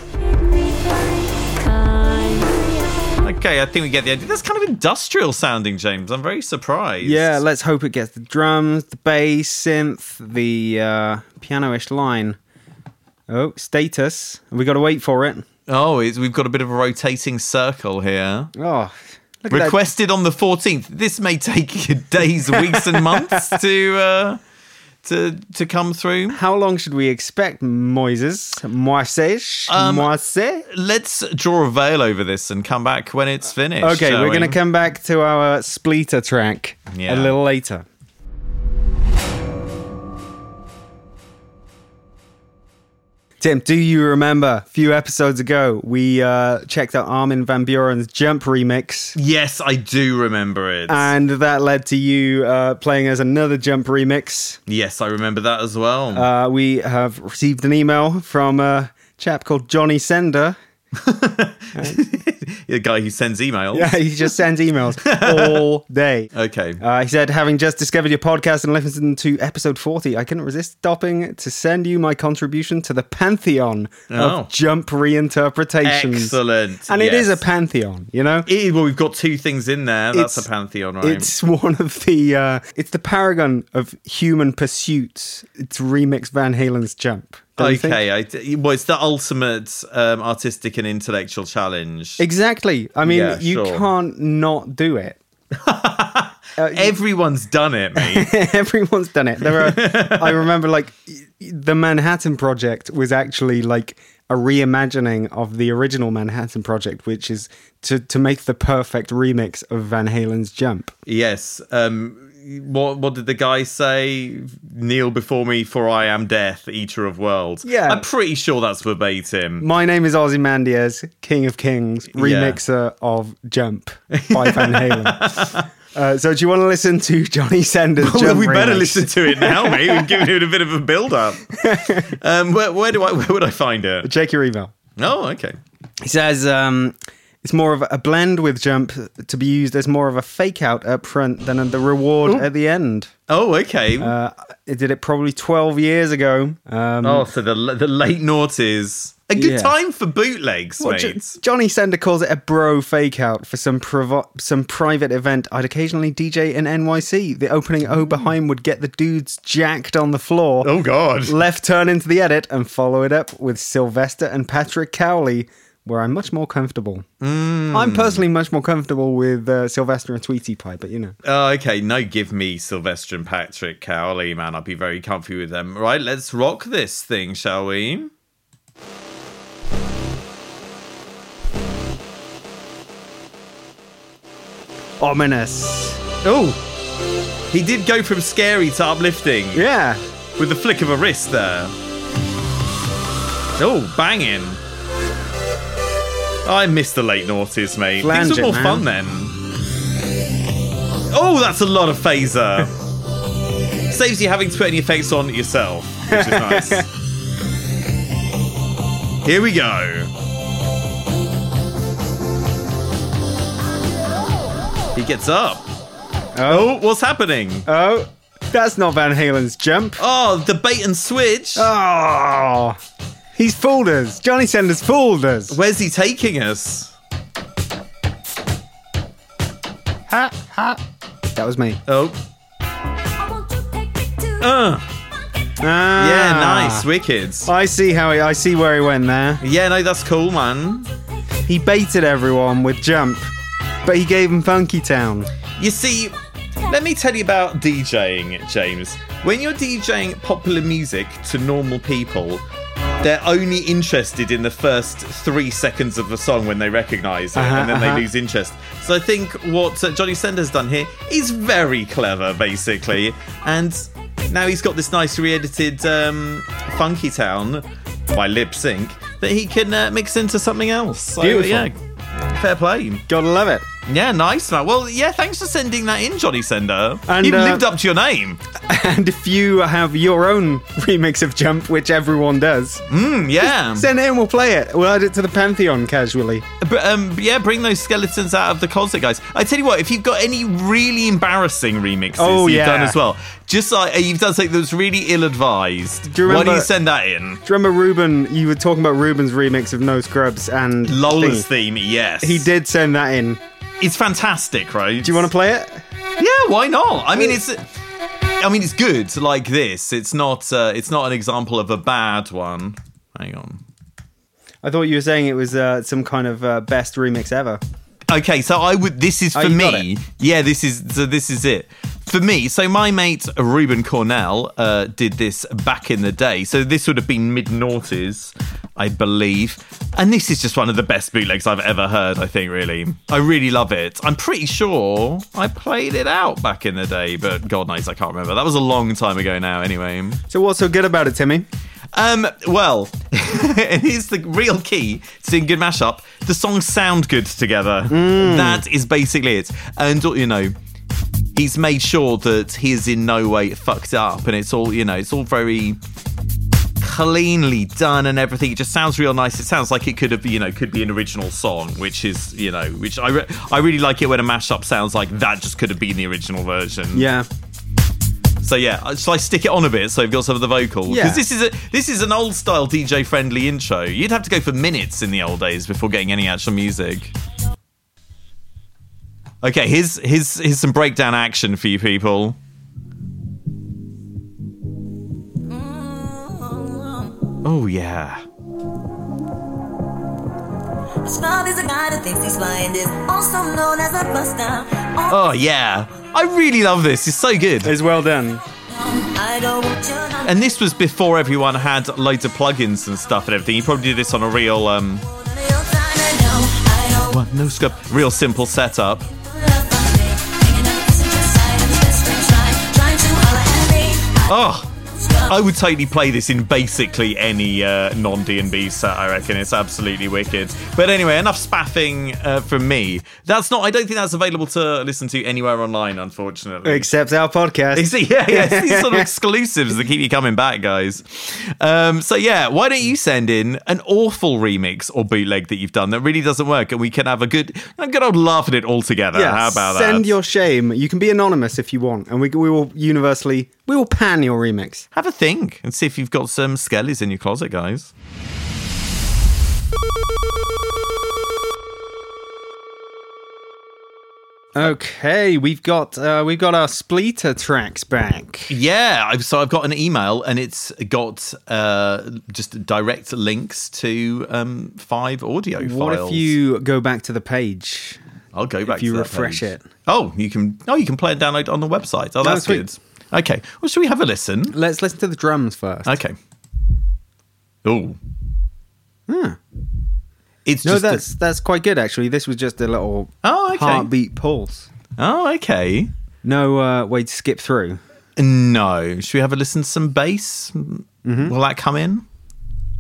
Speaker 2: Okay, I think we get the idea. That's kind of industrial sounding, James. I'm very surprised.
Speaker 1: Yeah, let's hope it gets the drums, the bass, synth, the uh, piano-ish line. Oh, status. We got to wait for it.
Speaker 2: Oh, it's, we've got a bit of a rotating circle here.
Speaker 1: Oh, look at that.
Speaker 2: Requested on the 14th. This may take <laughs> days, weeks, and months to uh, to to come through.
Speaker 1: How long should we expect Moises? Moises?
Speaker 2: Um,
Speaker 1: Moises?
Speaker 2: Let's draw a veil over this and come back when it's finished.
Speaker 1: Okay,
Speaker 2: shall
Speaker 1: we're going to
Speaker 2: we?
Speaker 1: come back to our Spleeter track
Speaker 2: Yeah.
Speaker 1: a little later. Tim, do you remember a few episodes ago we uh, checked out Armin Van Buren's Jump remix?
Speaker 2: Yes, I do remember it.
Speaker 1: And that led to you uh, playing us another Jump remix.
Speaker 2: yes, I remember that as well.
Speaker 1: Uh, we have received an email from a chap called Johnny Sender.
Speaker 2: <laughs> the guy who sends emails.
Speaker 1: Yeah, <laughs> he just sends emails all day.
Speaker 2: Okay.
Speaker 1: Uh, he said, having just discovered your podcast and listened to episode 40, I couldn't resist stopping to send you my contribution to the pantheon
Speaker 2: Oh.
Speaker 1: of jump reinterpretations.
Speaker 2: Excellent.
Speaker 1: And it is a
Speaker 2: yes.
Speaker 1: pantheon, you know?
Speaker 2: It- well, we've got two things in there. That's
Speaker 1: It's-
Speaker 2: a pantheon, right?
Speaker 1: It's one of the, uh, it's the paragon of human pursuits. It's remix Van Halen's jump. don't you think?
Speaker 2: okay. I d well, it's the ultimate um, artistic and intellectual challenge.
Speaker 1: Exactly. I mean,
Speaker 2: Yeah,
Speaker 1: you
Speaker 2: sure.
Speaker 1: can't not do it.
Speaker 2: Everyone's done
Speaker 1: <laughs>
Speaker 2: it, mate.
Speaker 1: Everyone's done it. There are.
Speaker 2: <laughs>
Speaker 1: I remember, like, y- y- the Manhattan Project was actually like a reimagining of the original Manhattan Project, which is to to make the perfect remix of Van Halen's Jump.
Speaker 2: yes. Um, what what did the guy say? Kneel before me, for I am death, eater of worlds.
Speaker 1: Yeah.
Speaker 2: I'm pretty sure that's verbatim.
Speaker 1: My name is Ozymandias, King of Kings, remixer of Jump by Van Halen.
Speaker 2: <laughs>
Speaker 1: Uh, so, do you want to listen to Johnny Sanders?
Speaker 2: Well,
Speaker 1: Jump
Speaker 2: <laughs> we better
Speaker 1: remix?
Speaker 2: listen to it now, mate. We've given it a bit of a
Speaker 1: <laughs>
Speaker 2: build up. Um, where, where do I? Where would I find it?
Speaker 1: Check your email.
Speaker 2: Oh, okay.
Speaker 1: He says um, it's more of a blend with jump to be used as more of a fake out up front than the reward at the end.
Speaker 2: Oh, okay.
Speaker 1: Uh, it did it probably 12 years ago. Um,
Speaker 2: oh, so the the late noughties. A good
Speaker 1: Yeah.
Speaker 2: time for bootlegs,
Speaker 1: Well, Jo-
Speaker 2: mate.
Speaker 1: Johnny Sender calls it a bro fake out for some provo- some private event. I'd occasionally DJ in NYC. The opening Oberheim would get the dudes jacked on the floor.
Speaker 2: Oh, God.
Speaker 1: Left turn into the edit and follow it up with Sylvester and Patrick Cowley, where I'm much more comfortable.
Speaker 2: Mm.
Speaker 1: I'm personally much more comfortable with uh, Sylvester and Tweety Pie, but you know.
Speaker 2: Oh, okay. No, give me Sylvester and Patrick Cowley, man. I'd be very comfy with them. Right, let's rock this thing, shall we?
Speaker 1: Ominous. Oh,
Speaker 2: He did go from scary to uplifting
Speaker 1: yeah.
Speaker 2: with the flick of a wrist there. Oh, banging. I miss the late noughties, mate.
Speaker 1: Flange
Speaker 2: Things
Speaker 1: it,
Speaker 2: were more
Speaker 1: man.
Speaker 2: fun then. Oh, that's a lot of phaser. Saves you having to put any effects on yourself, which is nice. Here we go. He gets up. Oh, what's happening?
Speaker 1: Oh, that's not Van Halen's jump.
Speaker 2: Oh, the bait and switch.
Speaker 1: Uh. Oh, he's fooled us. Johnny Sender's fooled us.
Speaker 2: Where's he taking us?
Speaker 1: That was me.
Speaker 2: Oh, uh, yeah,
Speaker 1: Ah.
Speaker 2: nice, wicked.
Speaker 1: I see how he, I see where he went there.
Speaker 2: Yeah, no, that's cool, man.
Speaker 1: He baited everyone with jump, but he gave him Funky Town.
Speaker 2: You see, let me tell you about DJing, James. When you're DJing popular music to normal people, they're only interested in the first three seconds of the song when they recognize it,
Speaker 1: Uh-huh,
Speaker 2: and then
Speaker 1: uh-huh.
Speaker 2: they lose interest. So I think what uh, Johnny Sender's done here is very clever, basically. And now he's got this nice re edited um, Funky Town by Lip Sync that he can uh, mix into something else. So,
Speaker 1: Beautiful.
Speaker 2: yeah, fair play.
Speaker 1: Gotta love it. <laughs>
Speaker 2: Yeah, nice, man. Well, yeah, thanks for sending that in, Johnny Sender.
Speaker 1: And,
Speaker 2: You've
Speaker 1: uh,
Speaker 2: lived up to your name.
Speaker 1: And if you have your own <laughs> remix of Jump, which everyone does,
Speaker 2: Mm, yeah.
Speaker 1: send it in, we'll play it. We'll add it to the Pantheon casually.
Speaker 2: But, um, yeah, bring those skeletons out of the closet, guys. I tell you what, if you've got any really embarrassing remixes
Speaker 1: Oh,
Speaker 2: you've
Speaker 1: yeah.
Speaker 2: done as well, just like uh, you've done something that was really ill advised,
Speaker 1: Do you
Speaker 2: why don't
Speaker 1: remember-
Speaker 2: you send that in?
Speaker 1: Do you remember Ruben? You were talking about Ruben's remix of No Scrubs and
Speaker 2: Lola's
Speaker 1: Thingy.
Speaker 2: theme, yes.
Speaker 1: He did send that in.
Speaker 2: It's fantastic, right?
Speaker 1: Do you Uh, want to play it?
Speaker 2: Yeah, why not? I mean, it's. I mean, it's good like this. It's not. Uh, it's not an example of a bad one. Hang on.
Speaker 1: I thought you were saying it was uh, some kind of uh, best remix ever.
Speaker 2: Okay, so I would. This is for
Speaker 1: Oh, you got
Speaker 2: me. Yeah, this is. So this is it for me. So my mate Ruben Cornell uh, did this back in the day. So this would have been mid noughties, I believe. And this is just one of the best bootlegs I've ever heard. I think really, I really love it. I'm pretty sure I played it out back in the day, but God knows I can't remember. That was a long time ago now. Anyway.
Speaker 1: So what's so good about it, Timmy?
Speaker 2: Um, well, <laughs> here's the real key to doing good mashup. The songs sound good together. That is basically it. And, you know, he's made sure that he is in no way fucked up. And it's all, you know, it's all very cleanly done and everything. It just sounds real nice. It sounds like it could have, you know, could be an original song, which is, you know, which I, re- I really like it when a mashup sounds like that just could have been the original version.
Speaker 1: Yeah.
Speaker 2: So yeah, uh, shall I stick it on a bit so I've got some of the vocals?
Speaker 1: Yeah.
Speaker 2: Because this is a this is an old style DJ friendly intro. You'd have to go for minutes in the old days before getting any actual music. Okay, here's here's here's some breakdown action for you people. Oh yeah.
Speaker 4: Schwab is a guy that thinks he's flying is also known as a buster. Oh,
Speaker 2: Oh yeah. I really love this. It's so good.
Speaker 1: It's well done.
Speaker 4: I don't want your number.
Speaker 2: And this was before everyone had loads of plugins and stuff and everything. You probably did this on a real um
Speaker 4: Real time, I know. I don't want
Speaker 2: well, no scope, real simple setup.
Speaker 4: your love from me. Hanging out, kissing your side, and best friend trying, trying to holler at me.
Speaker 2: Oh,
Speaker 4: Schwab,
Speaker 2: I would totally play this in basically any uh, non D and B set. I reckon it's absolutely wicked. But anyway, enough spaffing uh, from me. That's not. I don't think that's available to listen to anywhere online, unfortunately.
Speaker 1: Except our podcast.
Speaker 2: You see, <laughs> yeah, yeah, it's
Speaker 1: <laughs>
Speaker 2: these sort of exclusives that keep you coming back, guys. Um, so yeah, why don't you send in an awful remix or bootleg that you've done that really doesn't work, and we can have a good, a good old laugh at it all together.
Speaker 1: Yeah,
Speaker 2: Uh, How about that?
Speaker 1: Send your shame. You can be anonymous if you want, and we, we will universally we will pan your remix.
Speaker 2: have a think and see if you've got some skellies in your closet, guys.
Speaker 1: Okay, we've got uh, we've got our Spleeter tracks back.
Speaker 2: Yeah, I've, so I've got an email and it's got uh, just direct links to um, five audio
Speaker 1: What
Speaker 2: files.
Speaker 1: if you go back to the page?
Speaker 2: I'll go back.
Speaker 1: you
Speaker 2: to that
Speaker 1: refresh
Speaker 2: page.
Speaker 1: it.
Speaker 2: Oh, you can. Oh, you can play and download on the website. Oh, that's
Speaker 1: sweet.
Speaker 2: good. Okay. Well, should we have a listen?
Speaker 1: Let's listen to the drums first.
Speaker 2: Okay. Oh. It's
Speaker 1: Hmm. no,
Speaker 2: just a-
Speaker 1: that's that's quite good actually. This was just a little
Speaker 2: Oh, okay.
Speaker 1: heartbeat pulse.
Speaker 2: oh, okay.
Speaker 1: No uh, way to skip through.
Speaker 2: No. Should we have a listen to some bass?
Speaker 1: Mm-hmm.
Speaker 2: Will that come in?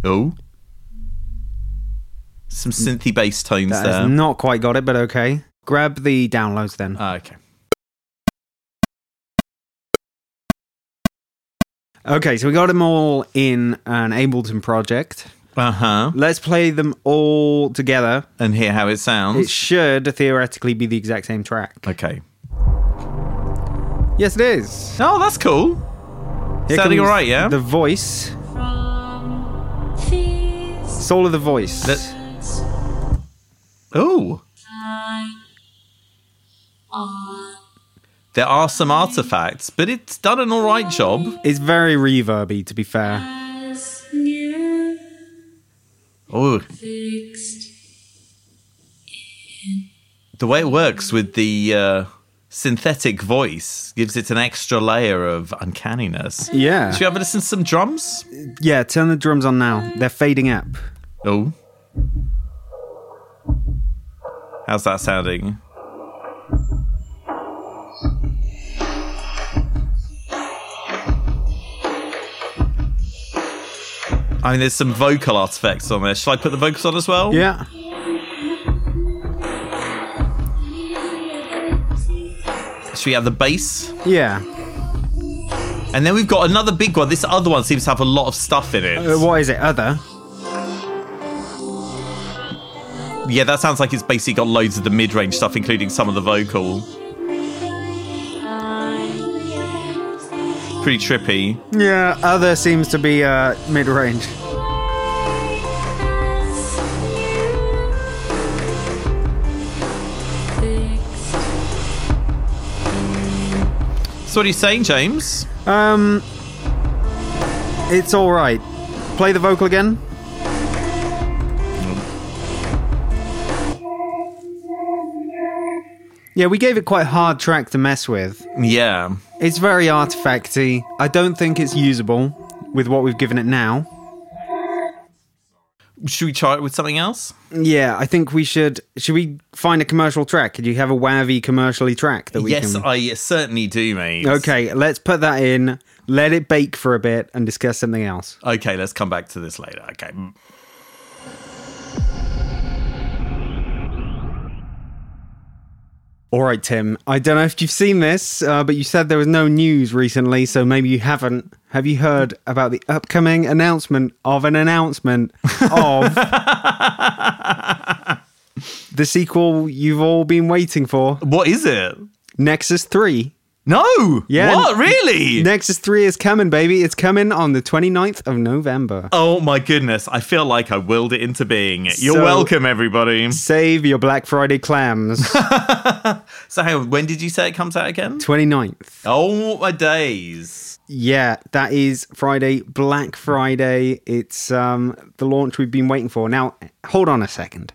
Speaker 2: Oh. Some synthy bass tones
Speaker 1: That
Speaker 2: there.
Speaker 1: has not quite got it, but okay. Grab the downloads then.
Speaker 2: Ah, okay.
Speaker 1: Okay, so we got them all in an Ableton project.
Speaker 2: Uh huh.
Speaker 1: Let's play them all together.
Speaker 2: And hear how it sounds.
Speaker 1: It should theoretically be the exact same track.
Speaker 2: okay.
Speaker 1: Yes, it is.
Speaker 2: Oh, that's cool.
Speaker 1: Here
Speaker 2: Sounding
Speaker 1: comes
Speaker 2: all right, yeah?
Speaker 1: The voice,
Speaker 3: From feast
Speaker 1: soul of the voice.
Speaker 2: Let- Oh,
Speaker 3: time on
Speaker 2: there are some artifacts, but it's done an all right job.
Speaker 1: it's very reverby, to be fair.
Speaker 3: as new
Speaker 2: Oh,
Speaker 3: fixed
Speaker 2: the way it works with the uh, synthetic voice gives it an extra layer of uncanniness.
Speaker 1: Yeah.
Speaker 2: Should we have a listen to some drums?
Speaker 1: Yeah, turn the drums on now. They're fading up.
Speaker 2: Oh. How's that sounding? I mean, there's some vocal artifacts on there. Shall I put the vocals on as well?
Speaker 1: Yeah.
Speaker 2: Should we have the bass?
Speaker 1: Yeah.
Speaker 2: And then we've got another big one. This other one seems to have a lot of stuff in it.
Speaker 1: Uh, what is it? Other?
Speaker 2: Yeah, that sounds like it's basically got loads of the mid range stuff, including some of the vocal. Pretty trippy.
Speaker 1: Yeah, other seems to be uh, mid range.
Speaker 3: fixed
Speaker 2: So, what are you saying, James?
Speaker 1: Um, it's all right. Play the vocal again. Yeah, we gave it quite a hard track to mess with.
Speaker 2: Yeah.
Speaker 1: It's very artifacty. I don't think it's usable with what we've given it now.
Speaker 2: Should we try it with something else?
Speaker 1: Yeah, I think we should. Should we find a commercial track? Do you have a WAVy commercially track that we
Speaker 2: yes,
Speaker 1: can?
Speaker 2: I certainly do, mate.
Speaker 1: Okay, let's put that in. Let it bake for a bit and discuss something else.
Speaker 2: Okay, let's come back to this later. Okay.
Speaker 1: All right, Tim. I don't know if you've seen this, uh, but you said there was no news recently, so maybe you haven't. Have you heard about the upcoming announcement of an announcement
Speaker 2: <laughs>
Speaker 1: of the sequel you've all been waiting for,
Speaker 2: What is it?
Speaker 1: Nexus Three?
Speaker 2: No.
Speaker 1: Yeah.
Speaker 2: What? Really?
Speaker 1: Nexus Three is coming, baby. It's coming on the 29th of November.
Speaker 2: oh, my goodness. I feel like I willed it into being. You're
Speaker 1: So-
Speaker 2: welcome, everybody.
Speaker 1: Save your Black Friday
Speaker 2: <laughs>
Speaker 1: clams.
Speaker 2: So, hang on. When did you say it comes out again?
Speaker 1: 29th.
Speaker 2: Oh, my days.
Speaker 1: Yeah, that is Friday, Black Friday. It's um, the launch we've been waiting for. Now, hold on a second.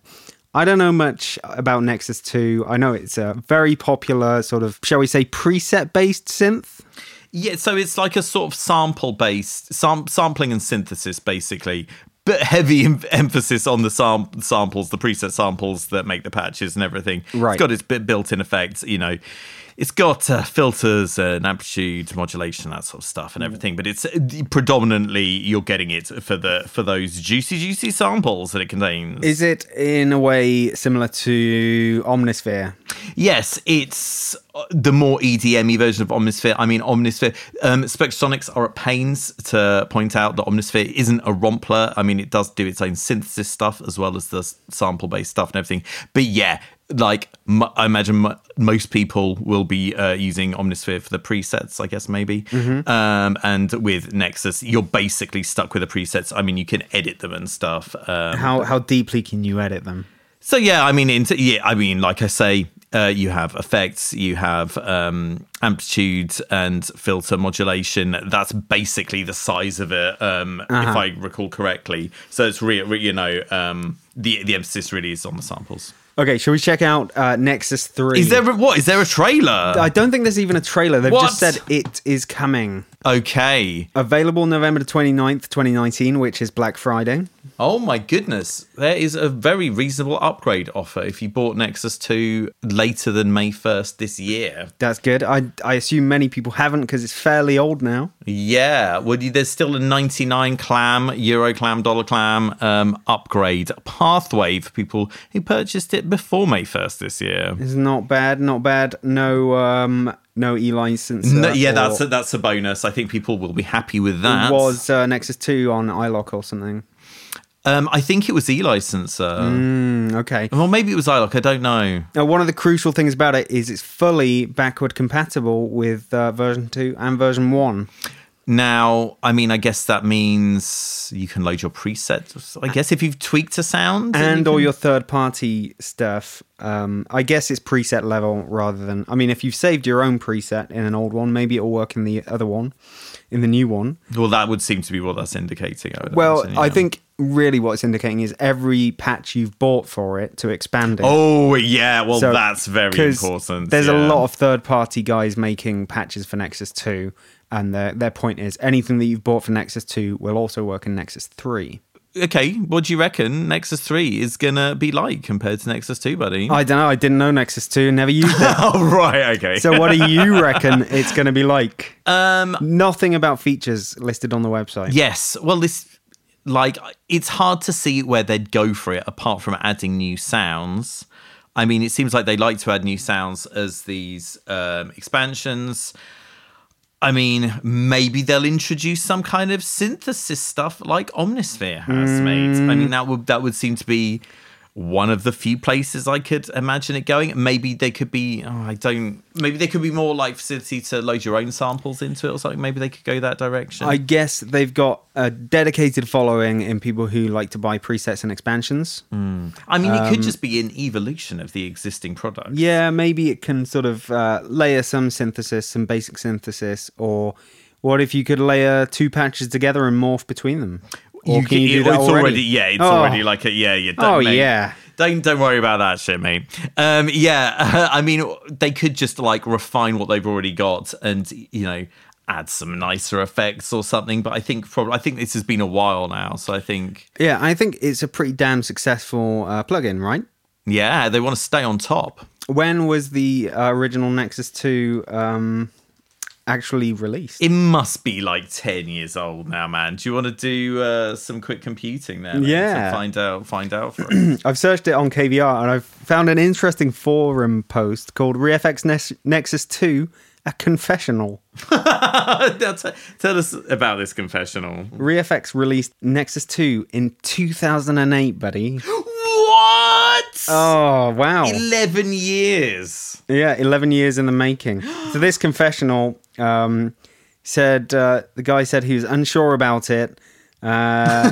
Speaker 1: I don't know much about Nexus 2. I know it's a very popular sort of, shall we say, preset based synth.
Speaker 2: Yeah, so it's like a sort of sample based sam- sampling and synthesis, basically, but heavy em- emphasis on the sam- samples, the preset samples that make the patches and everything.
Speaker 1: Right.
Speaker 2: It's got its bit built-in effects, you know. It's got uh, filters and amplitude modulation, that sort of stuff, and everything. But it's uh, predominantly you're getting it for the for those juicy, juicy samples that it contains.
Speaker 1: Is it in a way similar to Omnisphere?
Speaker 2: Yes, it's uh, the more EDM version of Omnisphere. I mean, Omnisphere. Um, Spectronics are at pains to point out that Omnisphere isn't a rompler. I mean, it does do its own synthesis stuff as well as the sample based stuff and everything. But yeah, like m- I imagine m- most people will be uh, using Omnisphere for the presets, I guess, maybe. Um, and with Nexus, you're basically stuck with the presets. I mean, you can edit them and stuff. Um,
Speaker 1: How, how deeply can you edit them?
Speaker 2: So yeah, I mean, in, yeah, I mean, like I say, uh, you have effects, you have um, amplitude and filter modulation. That's basically the size of it, um, if I recall correctly. So it's re- re- you know, um, the the emphasis really is on the samples.
Speaker 1: Okay, shall we check out uh, Nexus 3?
Speaker 2: Is there a, what? Is there a trailer?
Speaker 1: I don't think there's even a trailer. They've just
Speaker 2: What?
Speaker 1: said it is coming.
Speaker 2: Okay.
Speaker 1: Available November the 29th, 2019, which is Black Friday.
Speaker 2: Oh my goodness, there is a very reasonable upgrade offer if you bought Nexus Two later than May first this year.
Speaker 1: That's good. I, I assume many people haven't because it's fairly old now.
Speaker 2: Yeah, well, you- there's still a 99 clam, euro clam, dollar clam um, upgrade pathway for people who purchased it before May 1st this year.
Speaker 1: It's not bad, not bad. No um, no e license.
Speaker 2: No, yeah, that's a, that's a bonus. I think people will be happy with that.
Speaker 1: was uh, Nexus 2 on iLock or something.
Speaker 2: Um, I think it was e-licenser.
Speaker 1: Mm, okay.
Speaker 2: Well, maybe it was iLock. I don't know.
Speaker 1: Now, one of the crucial things about it is it's fully backward compatible with uh, version 2 and version 1.
Speaker 2: Now, I mean, I guess that means you can load your presets. I guess if you've tweaked a sound then you
Speaker 1: and
Speaker 2: can-
Speaker 1: all your third party stuff. Um, I guess it's preset level rather than. I mean, if you've saved your own preset in an old one, maybe it'll work in the other one, in the new one.
Speaker 2: well, that would seem to be what that's indicating. I would
Speaker 1: Well,
Speaker 2: imagine,
Speaker 1: I
Speaker 2: yeah.
Speaker 1: think really what it's indicating is every patch you've bought for it to expand it.
Speaker 2: Oh yeah, well
Speaker 1: So-
Speaker 2: that's very
Speaker 1: 'cause
Speaker 2: important.
Speaker 1: There's
Speaker 2: yeah.
Speaker 1: a lot of third party guys making patches for Nexus 2, and their, their point is anything that you've bought for Nexus 2 will also work in Nexus 3.
Speaker 2: okay, what do you reckon Nexus 3 is going to be like compared to Nexus 2, buddy? <laughs>
Speaker 1: I don't know. I didn't know Nexus 2, never used it.
Speaker 2: oh, right, okay.
Speaker 1: so, what do you reckon it's going to be like?
Speaker 2: um,
Speaker 1: Nothing about features listed on the website.
Speaker 2: yes, well, this, like, it's hard to see where they'd go for it apart from adding new sounds. I mean, it seems like they like to add new sounds as these um, expansions. I mean, maybe they'll introduce some kind of synthesis stuff like Omnisphere has made. I mean, that would that would seem to be one of the few places I could imagine it going. Maybe they could be oh, I don't maybe there could be more like facility to load your own samples into it or something. Maybe they could go that direction.
Speaker 1: I guess they've got a dedicated following in people who like to buy presets and expansions.
Speaker 2: Mm. I mean, it could just be an evolution of the existing product.
Speaker 1: Um, Yeah, maybe it can sort of uh, layer some synthesis, some basic synthesis, or what if you could layer two patches together and morph between them? Or can you do
Speaker 2: it-
Speaker 1: that
Speaker 2: it's
Speaker 1: already?
Speaker 2: yeah, it's
Speaker 1: Oh.
Speaker 2: already like a yeah, yeah. Don't,
Speaker 1: Oh,
Speaker 2: mate.
Speaker 1: yeah.
Speaker 2: Don't don't worry about that shit, mate. Um, yeah, <laughs> I mean, they could just like refine what they've already got, and you know, add some nicer effects or something. But I think probably, I think this has been a while now, so I think
Speaker 1: Yeah, I think it's a pretty damn successful uh, plugin, right?
Speaker 2: yeah, they want to stay on top.
Speaker 1: When was the uh, original Nexus 2 um, actually released?
Speaker 2: It must be like ten years old now, man. Do you want to do uh, some quick computing there? mate, to
Speaker 1: Yeah.
Speaker 2: find out, find out for
Speaker 1: <clears throat>
Speaker 2: us?
Speaker 1: I've searched it on KVR and I've found an interesting forum post called ReFX Nex- Nexus 2 A Confessional.
Speaker 2: <laughs> Now t- tell us about this confessional.
Speaker 1: ReFX released Nexus 2 in 2008, buddy.
Speaker 2: What?
Speaker 1: Oh, wow.
Speaker 2: 11 years.
Speaker 1: Yeah, 11 years in the making. So
Speaker 2: <gasps>
Speaker 1: this confessional um, said uh, the guy said he was unsure about it. Uh,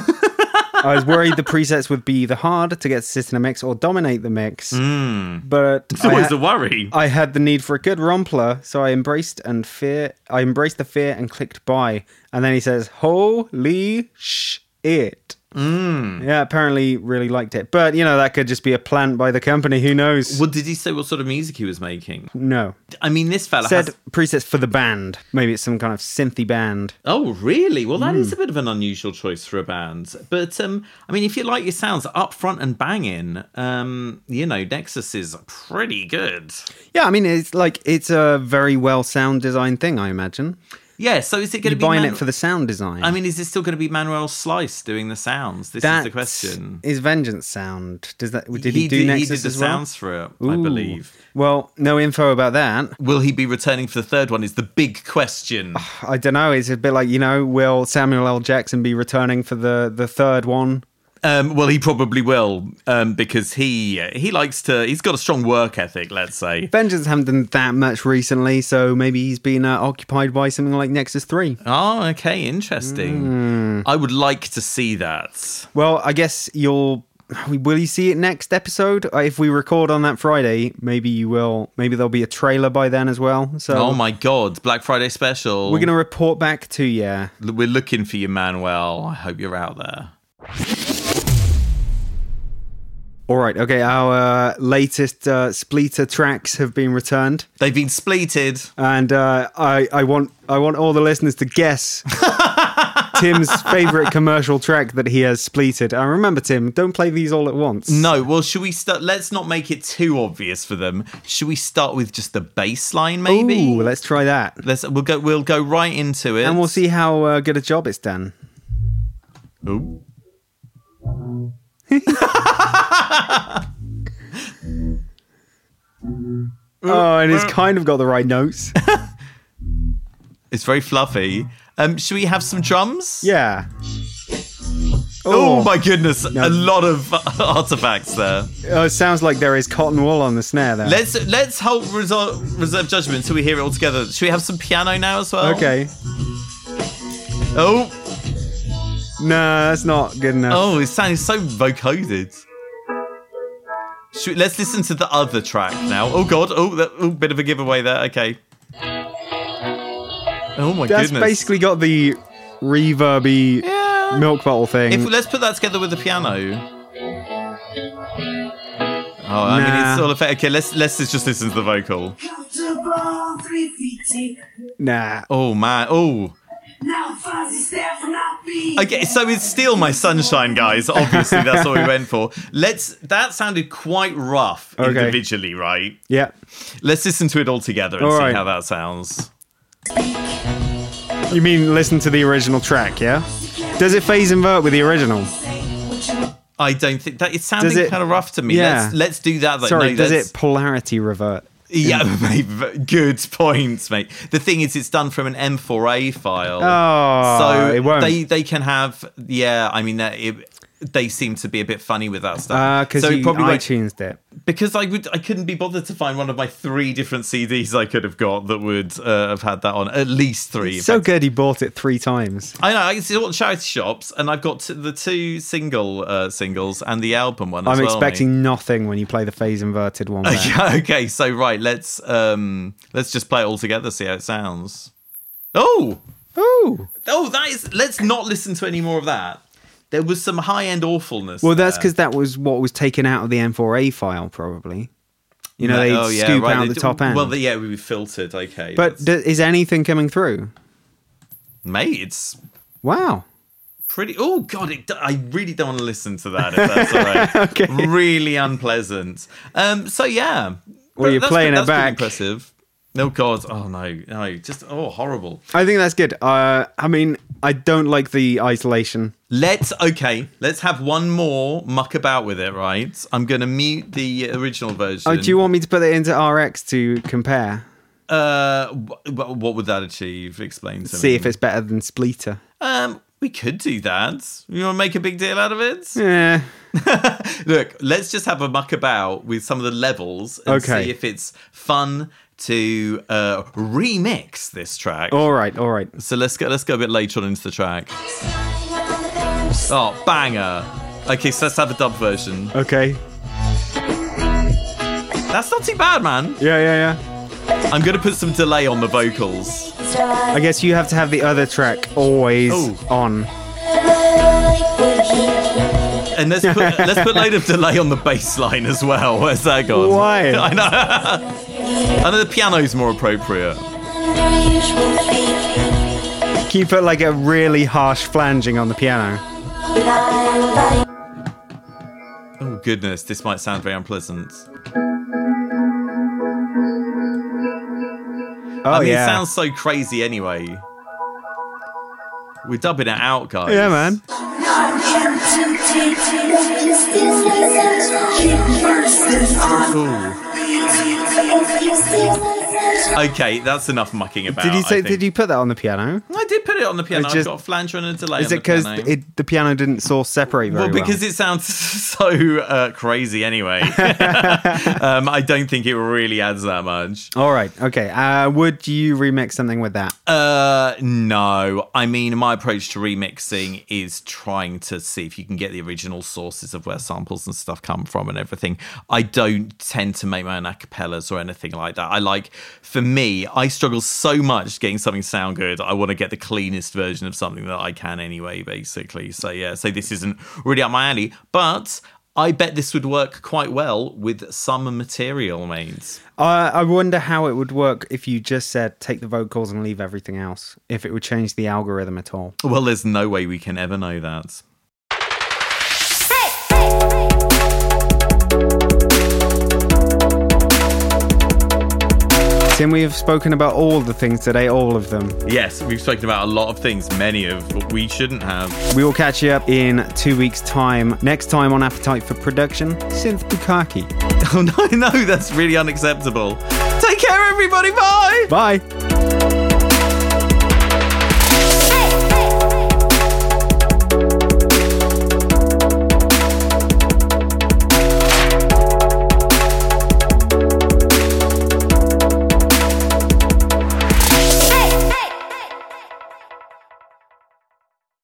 Speaker 1: I was worried the presets would be either hard to get to sit in a mix or dominate the mix. But
Speaker 2: Hmm. It's always
Speaker 1: I-
Speaker 2: a worry.
Speaker 1: I had the need for a good rompler, so I embraced and fear. I embraced the fear and clicked buy. And then he says, "Holy sh it!"
Speaker 2: Hmm.
Speaker 1: Mm. Yeah, apparently really liked it, but you know that could just be a plant by the company. Who knows?
Speaker 2: Well, did he say what sort of music he was making?
Speaker 1: no,
Speaker 2: I mean, this fella
Speaker 1: said
Speaker 2: has.
Speaker 1: presets for the band. Maybe it's some kind of synthy band.
Speaker 2: Oh, really? Well, that is
Speaker 1: Hmm.
Speaker 2: a bit of an unusual choice for a band. But um, I mean, if you like your sounds up front and banging, um, you know, Nexus is pretty good.
Speaker 1: Yeah, I mean it's like it's a very well sound designed thing. I imagine
Speaker 2: Yeah. So is it going to
Speaker 1: you're
Speaker 2: be
Speaker 1: buying
Speaker 2: Man-
Speaker 1: it for the sound design.
Speaker 2: I mean, is this still going to be Manuel Slice doing the sounds? This is
Speaker 1: that's
Speaker 2: the question.
Speaker 1: Is Vengeance sound? Does that did he, do
Speaker 2: did,
Speaker 1: Nexus
Speaker 2: he did the
Speaker 1: as well?
Speaker 2: sounds for it, I
Speaker 1: Ooh.
Speaker 2: believe.
Speaker 1: Well, no info about that.
Speaker 2: Will he be returning for the third one? Is the big question.
Speaker 1: I don't know. It's a bit like you know, will Samuel L. Jackson be returning for the the third one?
Speaker 2: Um, well, he probably will um, because he he likes to. He's got a strong work ethic. Let's say.
Speaker 1: Vengeance haven't done that much recently, so maybe he's been uh, occupied by something like Nexus Three.
Speaker 2: Oh,
Speaker 1: Hmm.
Speaker 2: okay, interesting. I would like to see that.
Speaker 1: Well, I guess you'll will you see it next episode? Uh, If we record on that Friday, maybe you will. Maybe there'll be a trailer by then as well. So
Speaker 2: oh my god, Black Friday special.
Speaker 1: Um, we're going to report back to yeah.
Speaker 2: L- We're looking for you, Manuel. I hope you're out there.
Speaker 1: All right, okay. Our uh, latest uh, Spleeter tracks have been returned,
Speaker 2: They've been spleeted.
Speaker 1: and uh, I I want I want all the listeners to
Speaker 2: <laughs>
Speaker 1: guess. Tim's favorite commercial track that he has spleeted. And remember, Tim, don't play these all at once.
Speaker 2: No, well, should we start? Let's not make it too obvious for them. Should we start with just the baseline, maybe?
Speaker 1: Ooh, let's try that.
Speaker 2: Let's we'll go we'll go right into it.
Speaker 1: And we'll see how uh, good a job it's done.
Speaker 2: Ooh. Mm,
Speaker 1: Oh, and it's kind of got the right notes.
Speaker 2: It's very fluffy. Um, should we have some drums?
Speaker 1: Yeah.
Speaker 2: Oh, my goodness, a lot of <laughs> artifacts there.
Speaker 1: Oh, it sounds like there is cotton wool on the snare there.
Speaker 2: Let's let's hold resol- reserve judgment until we hear it all together. Should we have some piano now as well?
Speaker 1: okay.
Speaker 2: Oh,
Speaker 1: No, that's not good enough.
Speaker 2: oh, it sounds so vocoded. Should we, let's listen to the other track now. Oh god, oh, that, oh, bit of a giveaway there. Okay. Oh my
Speaker 1: that's
Speaker 2: goodness.
Speaker 1: basically got the reverby
Speaker 2: Yeah.
Speaker 1: milk bottle thing.
Speaker 2: If let's put that together with the piano. Oh, I mean,
Speaker 1: Nah.
Speaker 2: it's all effect. Okay, let's let's just listen to the vocal.
Speaker 5: Comfortable, three feet deep.
Speaker 1: nah.
Speaker 2: Oh man. Oh.
Speaker 5: Now Fuzzy's there for not being.
Speaker 2: Okay, so it's still my sunshine, guys. Obviously, that's what we went for. Let's. That sounded quite rough
Speaker 1: Okay.
Speaker 2: individually, right?
Speaker 1: Yeah.
Speaker 2: Let's listen to it all together and
Speaker 1: All
Speaker 2: see
Speaker 1: right.
Speaker 2: how that sounds.
Speaker 1: You mean listen to the original track, yeah? Does it phase invert with the original?
Speaker 2: I don't think that it's sounding
Speaker 1: it-
Speaker 2: kind of rough to me.
Speaker 1: Yeah.
Speaker 2: Let's let's do that. Though.
Speaker 1: Sorry,
Speaker 2: no,
Speaker 1: does
Speaker 2: let's-
Speaker 1: it polarity revert?
Speaker 2: Yeah, <laughs> mate, v- good points, mate. The thing is, it's done from an M4A file.
Speaker 1: Oh,
Speaker 2: so
Speaker 1: it won't.
Speaker 2: they they can have. Yeah, I mean that. It, they seem to be a bit funny with that
Speaker 1: Uh,
Speaker 2: stuff.
Speaker 1: because
Speaker 2: so it
Speaker 1: you
Speaker 2: probably won't-
Speaker 1: iTunes it.
Speaker 2: because I would I couldn't be bothered to find one of my three different CDs I could have got that would uh, have had that on at least three. in
Speaker 1: So
Speaker 2: fact.
Speaker 1: good he bought it three times.
Speaker 2: I know it's all charity shops, and I've got t- the two single uh, singles and the album one. as
Speaker 1: I'm
Speaker 2: well,
Speaker 1: expecting
Speaker 2: mate.
Speaker 1: nothing when you play the phase inverted
Speaker 2: <laughs>
Speaker 1: one. there.
Speaker 2: Okay, okay, so right, let's um let's just play it all together, see how it sounds. Oh,
Speaker 1: Ooh.
Speaker 2: oh, that is. Let's not listen to any more of that. There was some high end awfulness.
Speaker 1: Well, that's
Speaker 2: there.
Speaker 1: because that was what was taken out of the M4A file, probably. You know, they
Speaker 2: oh, yeah,
Speaker 1: scoop
Speaker 2: right,
Speaker 1: out
Speaker 2: they
Speaker 1: the
Speaker 2: do-
Speaker 1: top end.
Speaker 2: Well, yeah, we filtered. Okay,
Speaker 1: but
Speaker 2: that's-
Speaker 1: d- is anything coming through?
Speaker 2: mate, it's
Speaker 1: Wow.
Speaker 2: pretty. Oh God, it, I really don't want to listen to that. If that's
Speaker 1: <laughs>
Speaker 2: all right, really unpleasant. Um, so yeah,
Speaker 1: Well, you're
Speaker 2: That's-
Speaker 1: playing
Speaker 2: that's
Speaker 1: it
Speaker 2: pretty
Speaker 1: back.
Speaker 2: Impressive. Oh God, oh no, no, just oh horrible.
Speaker 1: I think that's good. Uh, I mean, I don't like the isolation.
Speaker 2: Let's okay, let's have one more muck about with it, right? I'm gonna mute the original version.
Speaker 1: Oh, do you want me to put it into RX to compare?
Speaker 2: uh, wh- wh- what would that achieve? Explain to me.
Speaker 1: See if it's better than Spleeter.
Speaker 2: Um, we could do that. You want to make a big deal out of it?
Speaker 1: Yeah.
Speaker 2: <laughs> Look, let's just have a muck about with some of the levels and
Speaker 1: Okay.
Speaker 2: see if it's fun to uh, remix this track.
Speaker 1: All right, all right.
Speaker 2: So let's go. Let's go a bit later on into the track. Oh, banger! Okay, so let's have a dub version.
Speaker 1: Okay.
Speaker 2: That's not too bad, man.
Speaker 1: Yeah, yeah, yeah.
Speaker 2: I'm gonna put some delay on the vocals.
Speaker 1: I guess you have to have the other track always
Speaker 2: Oh. <laughs>
Speaker 1: on.
Speaker 2: And let's put let's put a load of delay on the bass line as well. <laughs> Where's that gone?
Speaker 1: Why?
Speaker 2: I know. I know the piano's more appropriate.
Speaker 1: Can you put like a really harsh flanging on the piano?
Speaker 2: Oh goodness, this might sound very unpleasant.
Speaker 1: Oh,
Speaker 2: I mean,
Speaker 1: yeah.
Speaker 2: it sounds so crazy anyway. We're dubbing it out, guys.
Speaker 1: yeah, man.
Speaker 2: Ooh. Okay, that's enough mucking about.
Speaker 1: Did you
Speaker 2: I
Speaker 1: say?
Speaker 2: think.
Speaker 1: Did you put that on the piano?
Speaker 2: I did put it on the piano.
Speaker 1: It's just-
Speaker 2: I've got a flanger and a delay.
Speaker 1: Is it
Speaker 2: on
Speaker 1: because
Speaker 2: the piano.
Speaker 1: the piano didn't source separate very
Speaker 2: Well,
Speaker 1: well?
Speaker 2: because it sounds <laughs> so uh, crazy
Speaker 1: <laughs>
Speaker 2: anyway. um, I don't think it really adds that much.
Speaker 1: All right. Okay. Uh, would you remix something with that?
Speaker 2: Uh, no. I mean, my approach to remixing is trying to see if you can get the original sources of where samples and stuff come from and everything. I don't tend to make my own acapellas or anything like that. I like, for me, I struggle so much getting something to sound good. I want to get the cleanest version of something that I can anyway, basically. So, yeah, so this isn't really up my alley, but. I bet this would work quite well with some material, mates.
Speaker 1: Uh, I wonder how it would work if you just said take the vocals and leave everything else. If it would change the algorithm at all.
Speaker 2: Well, there's no way we can ever know that.
Speaker 1: Tim, we have spoken about all the things today, all of them.
Speaker 2: Yes, we've spoken about a lot of things, many of what we
Speaker 1: <laughs>
Speaker 2: shouldn't have.
Speaker 1: We will catch you up in two weeks' time. Next time on Appetite for Production, Synth Bukaki.
Speaker 2: Oh no, no, that's really unacceptable. Take care, everybody. Bye.
Speaker 1: Bye.